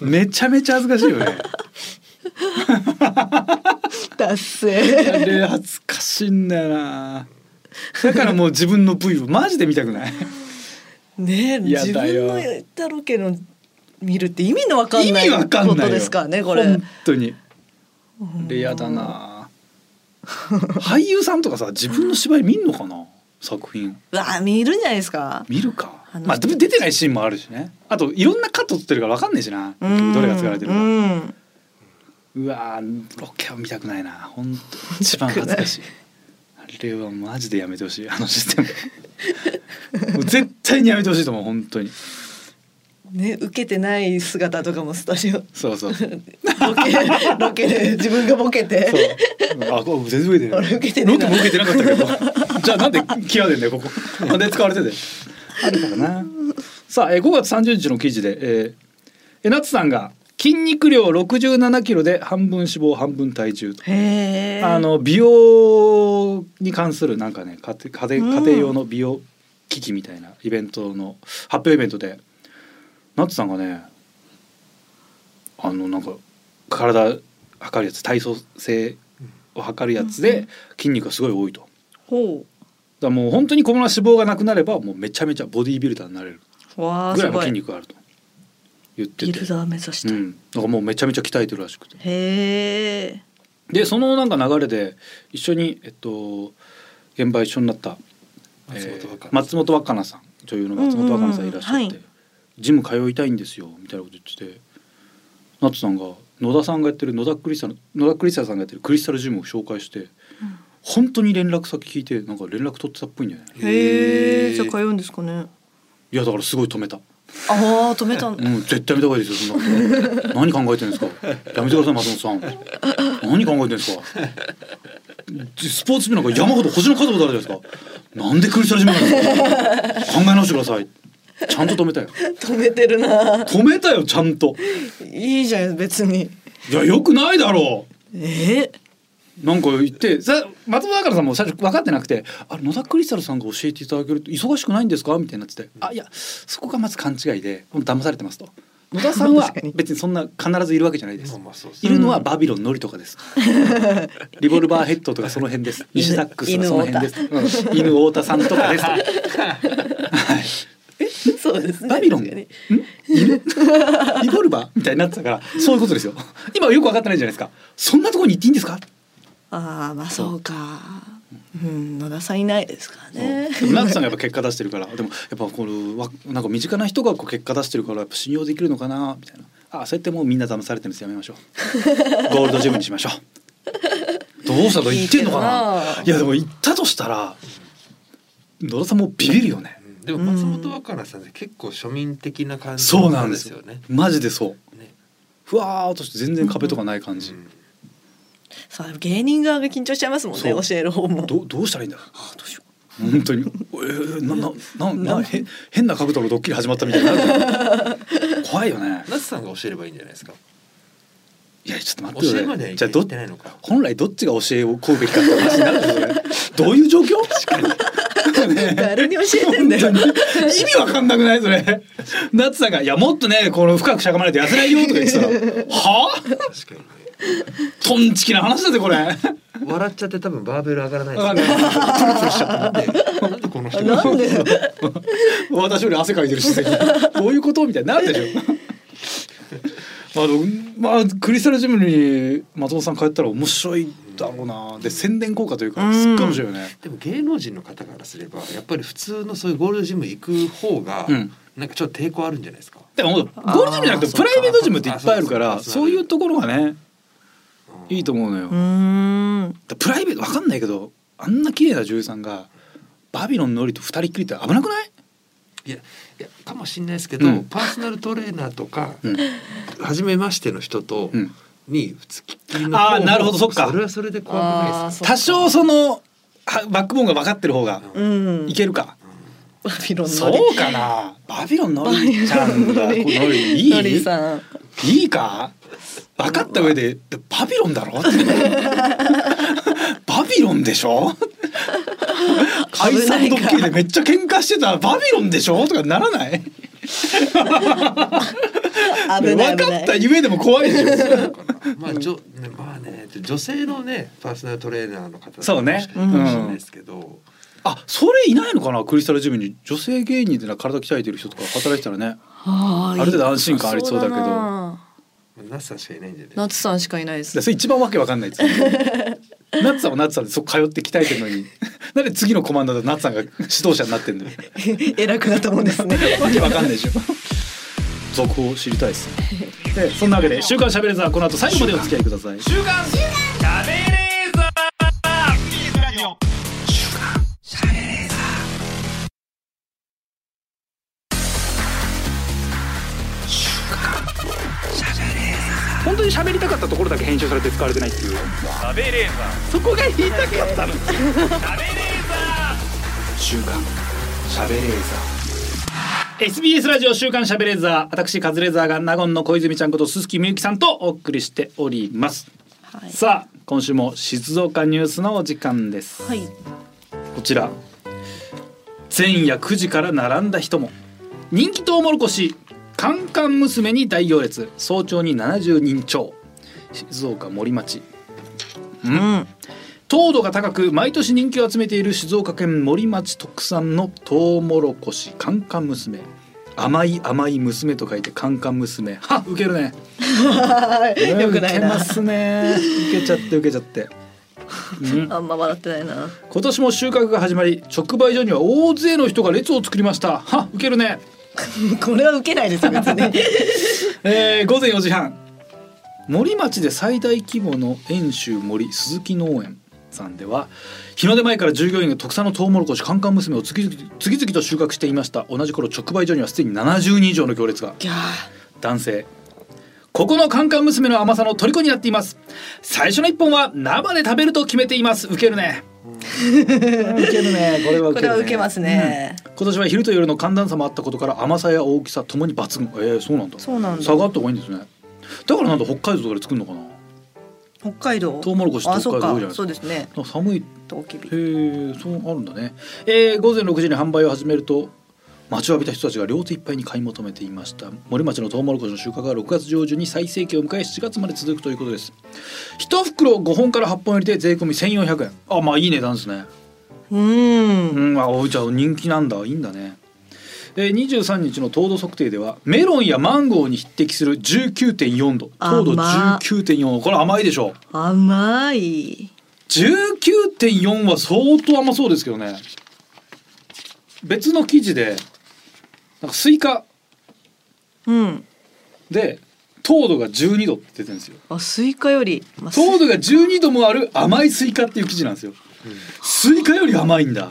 めちゃめちゃ恥ずかしいよ <laughs> ねあ達成れ恥ずかしいんだよなだからもう自分の V をマジで見たくないねえや自だよ分のやったロケの見るって意味のわかん意ない味わかんないよことですからねこれ本当にレアだな俳優さんとかさ自分の芝居見んのかな作品うわあ見るんじゃないですか見るかあのまあでも出てないシーンもあるしねあといろんなカット撮ってるから分かんないしなうんどれが使われてるうかんうわーロケは見たくないな本当一番恥ずかしいあれはマジでやめてほしいあのシステ <laughs> ムもう絶対にやめてほしいと思う本当にね受けてない姿とかもスタジオロそうそうそう <laughs> ケロケで自分がボケてあこ全然受けてない俺受けてロねえケなも受けてなかったけどじゃあなんで気合出んだよこ <laughs> こなんで使われててあるからなさあ、えー、5月30日の記事で、えー、えなつさんが筋肉量67キロで半分脂肪半分体重とへえあの美容に関するなんかね家庭家庭家庭用の美容機器みたいなイベントの発表イベントでナツさんがねあのなんか体測るやつ体組成を測るやつで筋肉がすごい多いと。だかほらもう本当に小物な脂肪がなくなればもうめちゃめちゃボディービルダーになれるうわあぐらすいのご筋い肉があると言ってビてル、ダー目指しうたい、ん、だからもうめちゃめちゃ鍛えてるらしくて。へえでそのなんか流れで一緒に、えっと、現場一緒になった松本えー若菜松本若菜さん女優の松本若菜さんいらっしゃって、うんうんうんはいジム通いたいんですよみたいなこと言っててナッツさんが野田さんがやってる野田クリスタル野田クリスタルさんがやってるクリスタルジムを紹介して、本当に連絡先聞いてなんか連絡取ってたっぽいんだよねへへえーじゃあ通うんですかねいやだからすごい止めたああ止めたんだうん、絶対見た方がいいですよそんな <laughs> こと何考えてんですかやめてください松本さん何考えてんですかスポーツ部なんか山ほど星の数ほどあるじゃないですかなんでクリスタルジムなんですか考え直してくださいちゃんと止めたよ <laughs> 止めてるな止めたよちゃんといいじゃん別にいやよくないだろうええなんか言ってさ松本明さんも最初分かってなくて「あれ野田クリスタルさんが教えていただけると忙しくないんですか?」みたいになってて「あいやそこがまず勘違いでもう騙されて <laughs> ます」と「野田さんは確かに別にそんな必ずいるわけじゃないです」まあまあそうですいるのはバビロンのりとかです。リボルバーヘッドとかその辺です。犬西サックスはその辺です。うん犬太田さんとかです。そうですねバビロン。ん確か犬にリボルバーみたいになってたから、そういうことですよ。今よく分かってないじゃないですか。そんなところに行っていいんですか。ああまあそうかうん野田さんいないですからねでもナッツさんがやっぱ結果出してるから、でもやっぱこのわなんか身近な人がこう結果出してるからやっぱ信用できるのかなみたいな。あそうやってもうみんな騙されてるんですやめましょうゴールドジムにしましょうどうしたと言ってんのかないいけやどないでも言ったとしたら野田さんもうビビるよねうんでも松本若菜さんって結構庶民的な感じそうなんですよよね。マジでそうねふわーっとして全然壁とかない感じ、さあ芸人側が緊張しちゃいますもんねそう教える方もどどうしたらいいんだろうあどうしよう本当に、えー、ななななへ変な角度のドッキリ始まったみたいになる怖いよねナスさんが教えればいいんじゃないですか。いやちょっと待って教くえだまでさはいいじゃあけどってないのか。本来どっちが教えを請うべきかって話になるんですよねどういう状況 <laughs> ね誰に教えてんだよ本当に意味わかんなくないそれ夏さんが「いやもっとねこの深くしゃがまないと痩せないよ」とか言ってたら「はあ確かにね。とんちきな話だぜこれ」笑っちゃって多分バーベル上がらないわかんないなんでこの人がなんで <laughs> 私より汗かいてるし <laughs> どういうことみたいになるでしょ <laughs> まあでも、まあ、クリスタルジムに松本さん帰ったら面白いだろうなで宣伝効果といううかんすっごい面白いよね。でも芸能人の方からすればやっぱり普通のそういうゴールドジム行く方が、うんなんかちょっと抵抗あるんじゃないですか。でもゴールドジムじゃなくあーてプライベートジムっていっぱいあるかあらそうかそういうところがねうんいいと思うのよ。うーんだプライベートわかんないけどあんな綺麗な女優さんがバビロンのりと二人っきりって危なくない、いやいやかもしれないですけど、うんパーソナルトレーナーとか、うん初めましての人とうん、に普通きっきりのあー方もなるほどそっかそれはそれで怖くないあーですそか。多う少そのはバックボーンが分かってる方がうんいけるか。バビロンのりそうかな。バビロンのりちゃんがこのりいのりいさんいいか。分かった上ででバビロンだろ。ってバビロンでしょ。解危な散いドかッキリでめっちゃ喧嘩してたバビロンでしょとかならない。危ない分危かなっいたゆえでも怖いでしょ。そうかなまあ、じょ、ね、まあね、女性のね、パーソナルトレーナーの方。そうねかもしれないですけど。あ、それいないのかなクリスタルジムに女性芸人でな体鍛えてる人とか働いてたらね。あある程度安心感ありそうだけどナスさんしかいないんじゃない。夏さんしかいないでですそれ一番わけわかんないですよね。ナツさんはナツさんでそこ通って鍛えてるのに、 <laughs> なんで次のコマンドだとナツさんが指導者になってんだよ。 <laughs> 偉くなったもんで <laughs> すねわけわかんないでしょ。続報知りたいですね。でそんなわけで週刊しゃべれーザーこの後最後までお付き合いください。本当に喋りたかったところだけ編集されて使われてないっていう。そこが言いたかったの。週刊しゃべれーザー SBS ラジオ週刊しゃべれーザー私カズレーザーが納言の小泉ちゃんこと鈴木みゆきさんとお送りしております、はいさあ今週も静岡ニュースのお時間ですはいこちら前夜9時から並んだ人も人気とうもろこしカンカン娘に大行列早朝に70人超静岡森町うん糖度が高く毎年人気を集めている静岡県森町特産のトウモロコシカンカン娘甘い甘い娘と書いてカンカン娘はウケるねよくないウケまなすねウケちゃってウケちゃって、うんあんま笑ってないな <laughs> 今年も収穫が始まり直売所には大勢の人が列を作りましたはウケるね、これは受けないですよ別 <laughs> にえー午前4時半森町で最大規模の遠州森鈴木農園さんでは日の出前から従業員が特産のトウモロコシカンカン娘を次々次々と収穫していました同じ頃直売所にはすでに70人以上の行列がギャー男性ここのカンカン娘の甘さの虜になっています最初の一本は生で食べると決めていますウケるね <laughs> ウケるねこれはウこケるねれは受けますね、今年は昼と夜の寒暖差もあったことから甘さや大きさともに抜群えー、そうなんだそうなんだ差があった方がいいんですねだからなんだ北海道とかで作るのかな北海道トウモロコシってあそう北海道多いじゃないでかすかそうですねなんか寒いトウキビへえそうあるんだねえー、午前6時に販売を始めると待ちわびた人たちが両手いっぱいに買い求めていました森町のトウモロコシの収穫は6月上旬に最盛期を迎え7月まで続くということです一袋5本から8本入りで税込み1400円あまあいい値段ですねうーんうん、あ、おうちゃん人気なんだ、いいんだね。えー、23日の糖度測定ではメロンやマンゴーに匹敵する19.4度糖度甘っ19.4これ甘いでしょ甘い19.4は相当甘そうですけどね別の記事でなんかスイカうんで糖度が12度って出てるんですよあスイカより、まあ、す糖度が12度もある甘いスイカっていう記事なんですよスイカより甘いんだ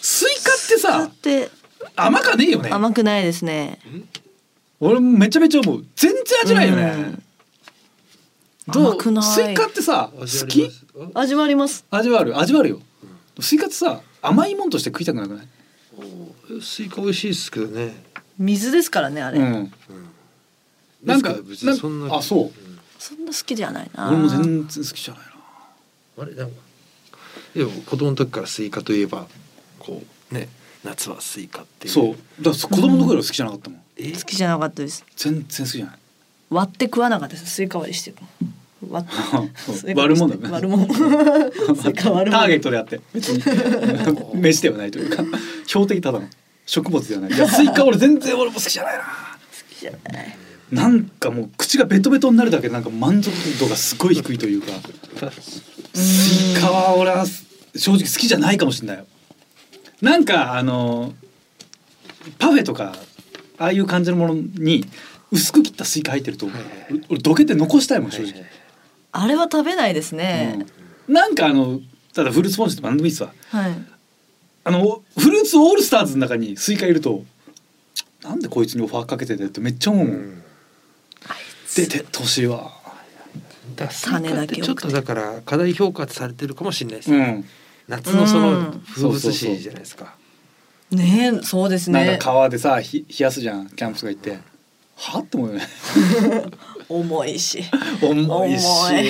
スイカってださって甘かねえよね甘くないですね。俺もめちゃめちゃ思う全然味ないよねうんどう甘くないスイカってさ好きうん味はあります。味わる味わるよスイカってさ甘いもんとして食いたくなくないおスイカ美味しいですけどね。水ですからねあれ、うんなんかですら別にそんななんあそうそんな好きじゃないな。俺も全然好きじゃないあれでもいや子供の時からスイカといえばこうね夏はスイカってないうそうだから子供の頃好きじゃなかったもんえ好きじゃなかったです。全然好きじゃない割って食わなかったです。スイカ割りしてる。割ってそう <laughs> スイカ割りして割る割るもん。 <laughs> スイカ割るタもーゲッん。トであって別に <laughs> 飯ではないというか標的ただの食物ではないいやスイカ俺全然俺も好きじゃないな好きじゃない。なんかもう口がベトベトになるだけでなんか満足度がすごい低いというかスイカは俺は正直好きじゃないかもしれないよなんかあのパフェとかああいう感じのものに薄く切ったスイカ入ってると俺どけて残したいもん正直、あれは食べないですね。うん、なんかあのただフルーツポンチって番組ですわはい。あのフルーツオールスターズの中にスイカいるとなんでこいつにオファーかけてんだよってめっちゃ思うもん、出てってほしいわだから種だけちょっとだから過大評価されてるかもしれないですうね、ん夏のそうのん風物詩じゃないですか、ねえそうですなんかね。川でさひ冷やすじゃんキャンプとか行ってはって思うよね重いし。重いし重い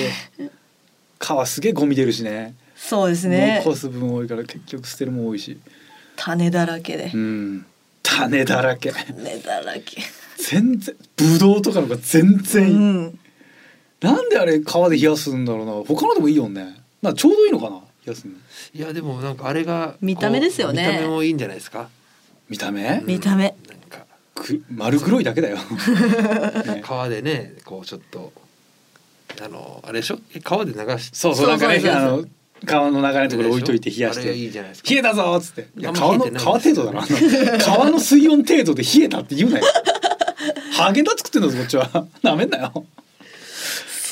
川すげえゴミ出るしねそうですね。残す分多いから結局捨てるも多いし種だらけでう。ん種だらけ種だらけ。全然ブドウとかの方が全然いい、うん。なんであれ川で冷やすんだろうな他のでもいいよねなんかちょうどいいのかな冷やすのいやでもなんかあれがこう見た目ですよね見た目もいいんじゃないですか見た目、見た目なんかく丸黒いだけ <laughs> だよ、ね川でねこうちょっとあのあれでしょ川で流しそうそうなんかねそうそうそうそうあの川の流れのところ置いといて冷あやしれてがい冷いじゃないですかえたぞっつっていやあんま川の冷えてない川程度だなあの川の水温程度で冷えたって言うなよハーゲンダッツ食ってんだぞこっちは <laughs> なめんなよ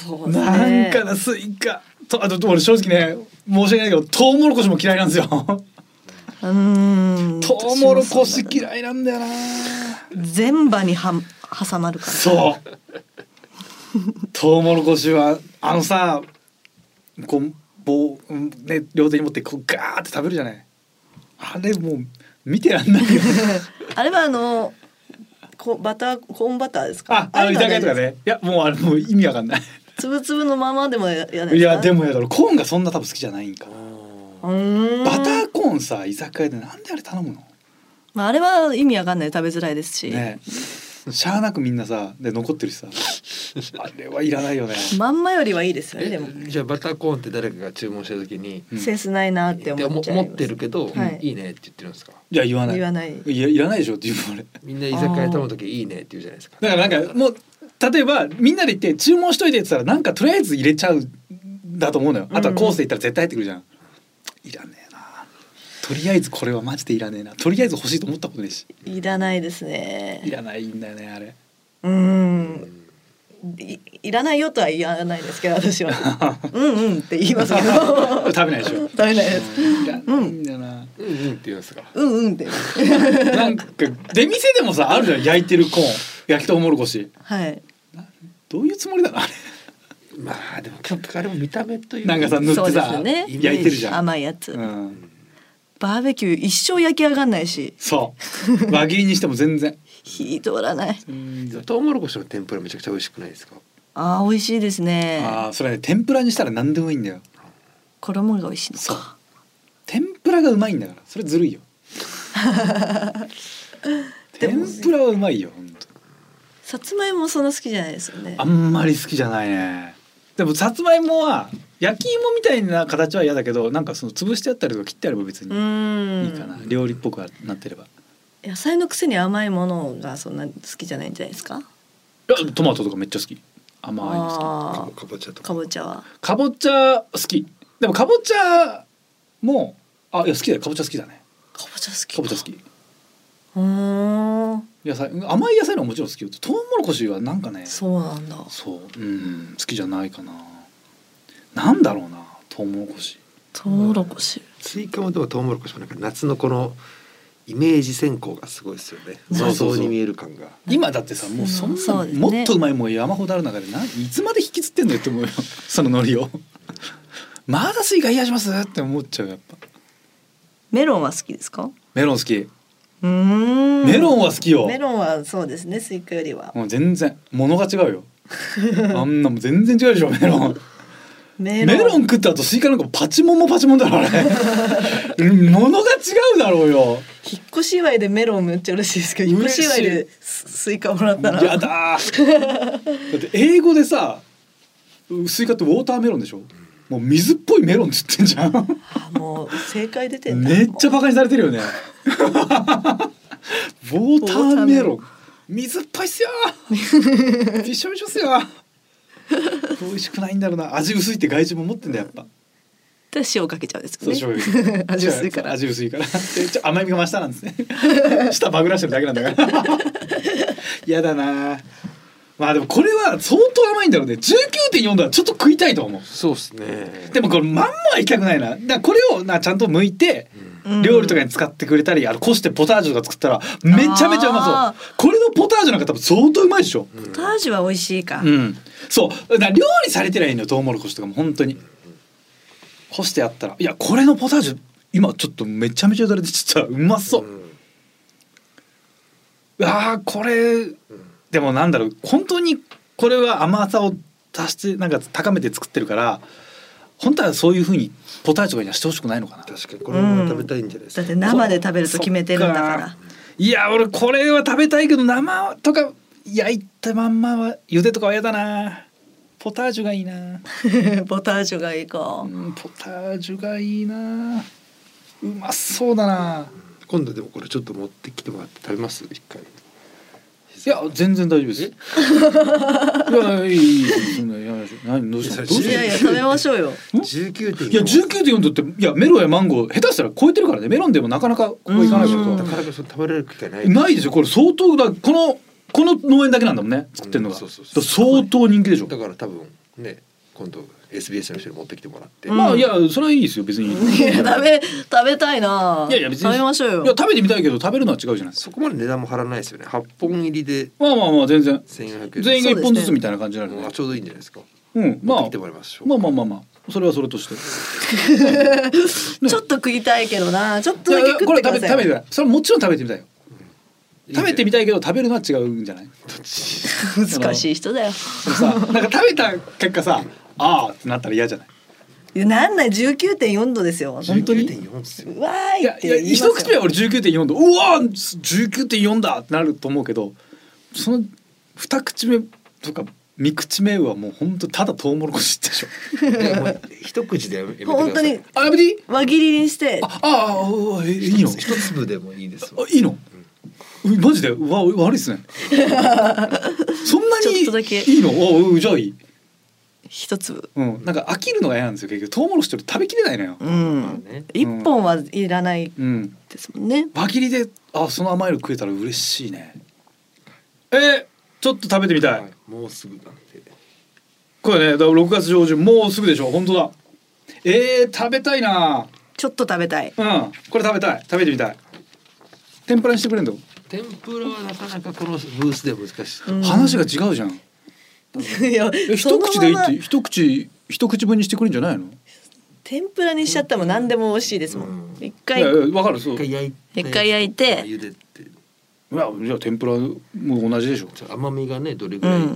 そうですなね。んかなスイカとあと俺正直ね申し訳ないけどトウモロコシも嫌いなんですようーん。トウモロコシ私もそうなんだ嫌いなんだよな全場には挟まるから。そう。トウモロコシはあのさ、こう棒うんね両手に持ってこうガーって食べるじゃない。あれもう見てらん <laughs> ないよ。あれはあのこバターコーンバターですあ、かあの居れは酒屋とか大丈夫ね。いやもうあれもう意味わかんない。つぶつぶのままでもややないいですかやでもやだろコーンがそんな多分好きじゃないんかな。うーんバターコーンさ居酒屋でなんであれ頼むの？まあ、あれは意味わかんない食べづらいですし、ね。しゃあなくみんなさで残ってるしさ。あれはいらないよ <laughs> ね。まんまよりはいいですよねでも、えじゃあバターコーンって誰かが注文した時にうんセンスないなって思っちゃいます思ってるけど、はいいいねって言ってるんですかいや言わない。言わないいやいらないでしょっていうあれ。みんな居酒屋頼む時いいねって言うじゃないですかだからなんかもう例えばみんなで行って注文しといてって言ったらなんかとりあえず入れちゃうんだと思うのよあとはコースで行ったら絶対入ってくるじゃん、いらねえなとりあえずこれはマジでいらねえなとりあえず欲しいと思ったことねえしいらないですいねらないんだよねあれうーんいいらないよとは言わないですけど <laughs> 私はうんうんって言いますけど食べないでしょ食べないですいらないんだよな、うんうんって言うんですかうんうんってなんか出店でもさあるじゃん焼いてるコーン焼きとうもろこしはいどういうつもりだなあれまあでも結局あれも見た目というなんかさ塗ってそうですさ、よね焼いてるじゃん、甘いやつ、うん、バーベキュー一生焼き上がんないしそう輪切りにしても全然火通らない全然トウモロコシの天ぷらめちゃくちゃ美味しくないですかあー美味しいですねああそれね天ぷらにしたら何でもいいんだよ衣が美味しいのそうか天ぷらがうまいんだからそれず <laughs> るいよ天ぷらはうまいよ本さつまいもそんな好きじゃないですよね当あんまり好きじゃないねでもさつまいもは焼き芋みたいな形は嫌だけどなんかその潰してあったりとか切ってあれば別うにーんいいかな、料理っぽくはなってれば野菜のくせに甘いものがそんな好きじゃないんじゃないですかいやトマトとかめっちゃ好き甘いの好あかぼちゃとあかかぼちゃはきかぼちゃ好きでもかぼちゃもあいや好きだよかぼちゃ好きだねかぼちゃ好きかぼちゃ好きうーん野菜甘い野菜のはもちろん好きよトウモロコシはなんかねそうそうなんだうん好きじゃないかななんだろうなトウモロコシトウモロコシスイカもでもトウモロコシもなんか夏のこのイメージ先行がすごいですよねそう想そうそう像に見える感が今だってさもうそんそなうですもねっとうまいもん山ほどある中でないつまで引きずってんのよって思うよ <laughs> そのノリをまだスイカ冷やしますって思っちゃうやっぱメロンは好きですかメロン好きうーんメロンは好きよ、メロンはそうですねスイカよりはもう全然物が違うよあんなもん全然違うでしょメロンメメロン食った後スイカなんかパチモンもパチモンだろあれうん物が違うだろうよ引っ越し祝いでメロンめっちゃ嬉しいですけど引っ越し祝いでススイカもらったら <laughs> やだーだって英語でさスイカってウォーターメロンでしょもう水っぽいメロンっつってんじゃん <laughs> あもう正解出てんだめっちゃもバカにされてるよねウウォーターメロォーターメロンン水っぽいっすよ <laughs> びしょびしょっすよ美味しくないんだろうな味薄いって外人も持ってんだやっぱで塩かけちゃうんですけそどうね醤油 <laughs> 味薄いから味薄いからでちょ甘みが増したなんですね <laughs> 舌バグらしてるだけなんだから <laughs> やだなまあでもこれは相当甘いんだろうね19.4だらちょっと食いたいと思うそうですねでもこれまんまはいきたくないなだからこれをなちゃんと剥いてうん料理とかに使ってくれたりあのこしてポタージュとか作ったらめちゃめちゃうまあそうこれのポタージュなんか多分相当うまいでしょポタージュは美味しいか、うん、そうだから料理されてないのよトウモロコシとかも本当に干してあったらいやこれのポタージュ今ちょっとめちゃめちゃだれてちょっとうまそう、んあーこれでもなんだろう本当にこれは甘さを足してなんか高めて作ってるから本当はそういうふうにポタージュとかにはしてほしくないのかな確かにこれも食べたいんじゃないですだか、って生で食べると決めてるんだからそっかいや俺これは食べたいけど生とか焼いたまんまは茹でとかは嫌だなポタージュがいいな <laughs> ポタージュがいいかうんポタージュがいいなうまそうだな今度でもこれちょっと持ってきてもらって食べます一回いや全然大丈夫ですい <laughs> やいやいいいいそんなやめましょう何どうしたのどういしいたやのいや食べましょうよ19点いや19.4度っていやメロンやマンゴー下手したら超えてるからねメロンでもなかなかここいかないかうんなかなかそう食べられる機会ないらないでしょこれ相当だこのこの農園だけなんだもんね作ってるのがうんだそうかそうそうら相当人気でしょだから多分ね今度 SBS の人に持ってきてもらって、うんまあいやそれはいいですよ別にいやい食べ食べたいないやいや別に食べましょうよや食べてみたいけど食べるのは違うじゃないそこまで値段も張らないですよね8本入りでまあまあまあ全然1400円全員が一本ずつそうですねみたいな感じになるまねあちょうどいいんじゃないですかうんま持ってあきてもらいましょう、まあまあまあまあそれはそれとしてちょっと食いたいけどなちょっとだいやいけや食こっれて食べくだ食さべいてみたいそれはもちろん食べてみたいよいいね食べてみたいけど食べるのは違うん <laughs> じゃない難しい人だよそのさなんか食べた結果さあーってなったら嫌じゃないいやなんない19.4度ですよ本当に19.4っすよ <laughs> うわーいいっやいやて言います一よ口目は俺19.4度うわー19.4だってなると思うけどその二口目とか三口目はもう本当ただトウモロコシ <laughs> でしょいやもう一口でやめてください本当にあやめていい輪切りにしてああああえいいの一粒でもいいですあいいのうマジでうわ悪いっすねそんなにちょっとだけいいのあうんじゃあいい一粒うん、なんか飽きるのが嫌なんですよ結局トウモロシって食べきれないのよ、うんね一本はいらないうん、ですもんね輪切りであその甘いの食えたら嬉しいねえー、ちょっと食べてみたい、はいもうすぐなんでこれねだから6月上旬もうすぐでしょ本当だえー、食べたいなちょっと食べたいうんこれ食べたい食べてみたい天ぷらにしてくれんと、天ぷらはなかなかこのブースでは難しい、うん話が違うじゃんいやえそのま一ま口でいいって一口一口分にしてくれんじゃないの天ぷらにしちゃったらもう何でも美味しいですもうんん一い回やいやわかるそう一回焼いて一回焼いて茹でていやじゃあ天ぷらも同じでしょちょっと甘みがねどれぐらいある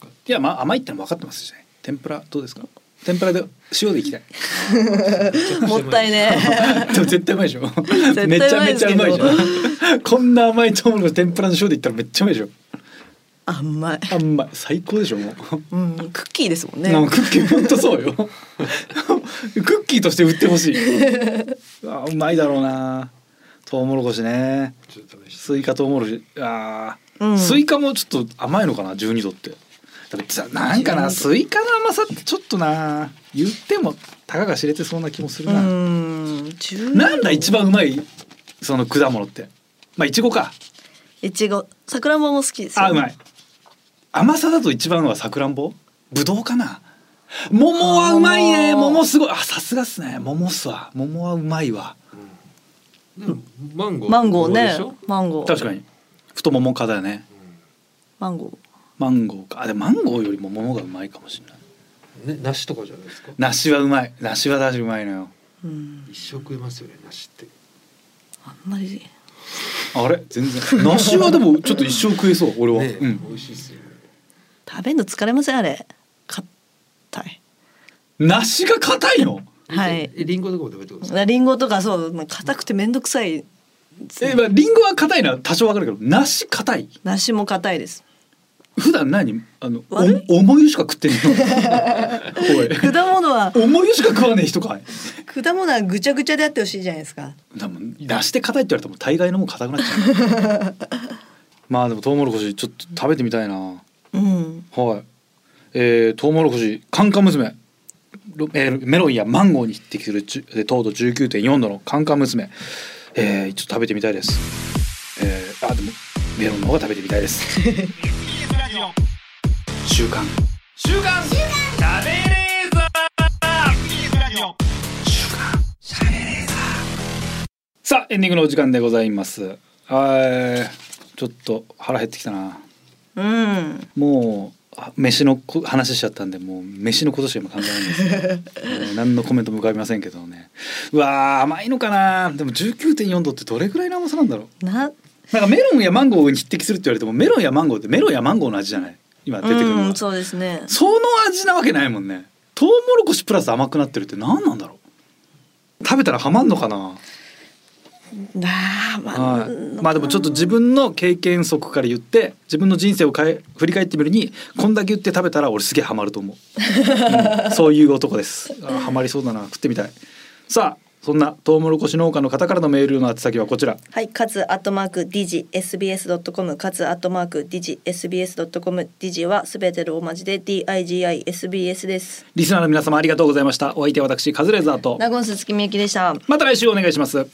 か、いやまあ甘いってのは分かってますしね天ぷらどうですか天ぷらで塩でいき <laughs> たいもったいね <laughs> でも絶対うまいでしょ。対うまめいちゃめでちすゃうけまどいでしょ。こんな甘いトウモロコシ天ぷらの塩でいったらめっちゃうまいでしょ。あんまいあんまい最高でしょもう。うんクッキーですもんねなんかクッキー本当そう <laughs> よ。クッキーとして売ってほしい。あうまいだろうな。トウモロコシね。ちょっと試してスイカトウモロシ。ああ、うんスイカもちょっと甘いのかな12度って。だってさなんかなスイカの甘さってちょっとな言ってもたかが知れてそうな気もするうな。ん十なんだ一番うまいその果物ってまあいちごかいちごさくらんぼも好きですよ、あうまい甘さだと一番はさくらんぼぶどうかな桃はうまいねあー桃すごいあさすがっすね桃っすわ桃はうまいわうんマンゴーマンゴーでねしょマンゴー確かに太ももかだよねマンゴーマンゴーかあでもマンゴーよりも桃がうまいかもしれないね梨とかじゃないですか梨はうまい梨は梨うまいのようん一生食いますよね梨ってあんまりあれ全然梨はでもちょっと一生食えそう俺は、ねうん美味しいですよね食べるの疲れませんあれ硬い梨が硬いのはいえリンゴとかも食べてくださいリンゴとかそう硬くてめんどくさいえまあリンゴは硬いのは多少わかるけど梨硬い梨も硬いです普段何あの悪いお重湯しか食ってんのおい果物は重湯しか食わねえ人かい <laughs> 果物はぐちゃぐちゃであってほしいじゃないですか。でも梨で硬いって言われても大概のもん硬くなっちゃう <laughs> まあでもトウモロコシちょっと食べてみたいなうんはいえー、トウモロコシカンカン娘ロえーメロンやマンゴーに匹敵するじゅえー糖度19.4度のカンカン娘、えー、ちょっと食べてみたいです、えー、あでもメロンの方が食べてみたいです週刊さあエンディングのお時間でございますあーちょっと腹減ってきたなうんもうあ飯のこ話しちゃったんでもう飯のことしか今考えないんですけどもう何のコメントも浮かびませんけどねうわー甘いのかなでも19.4度ってどれぐらいの甘さなんだろうななんかメロンやマンゴーに匹敵するって言われてもメロンやマンゴーってメロンやマンゴーの味じゃない今出てくるのは、うんそうですねその味なわけないもんねトウモロコシプラス甘くなってるって何なんだろう食べたらハマんのかなあーまあ、はい、まあでもちょっと自分の経験則から言って自分の人生を変え振り返ってみるにこんだけ言って食べたら俺すげえハマると思う、うんそういう男ですあハマりそうだな食ってみたいさあそんなトウモロコシ農家の方からのメールの宛先はこちらはい、カズアットマークディジ SBS ドットコム、カズアットマークディジ SBS ドットコム、ディジはすべてローマ字で D I G I S B S です。リスナーの皆様ありがとうございましたお相手は私カズレーザーと名古屋鈴木みゆきでしたまた来週お願いします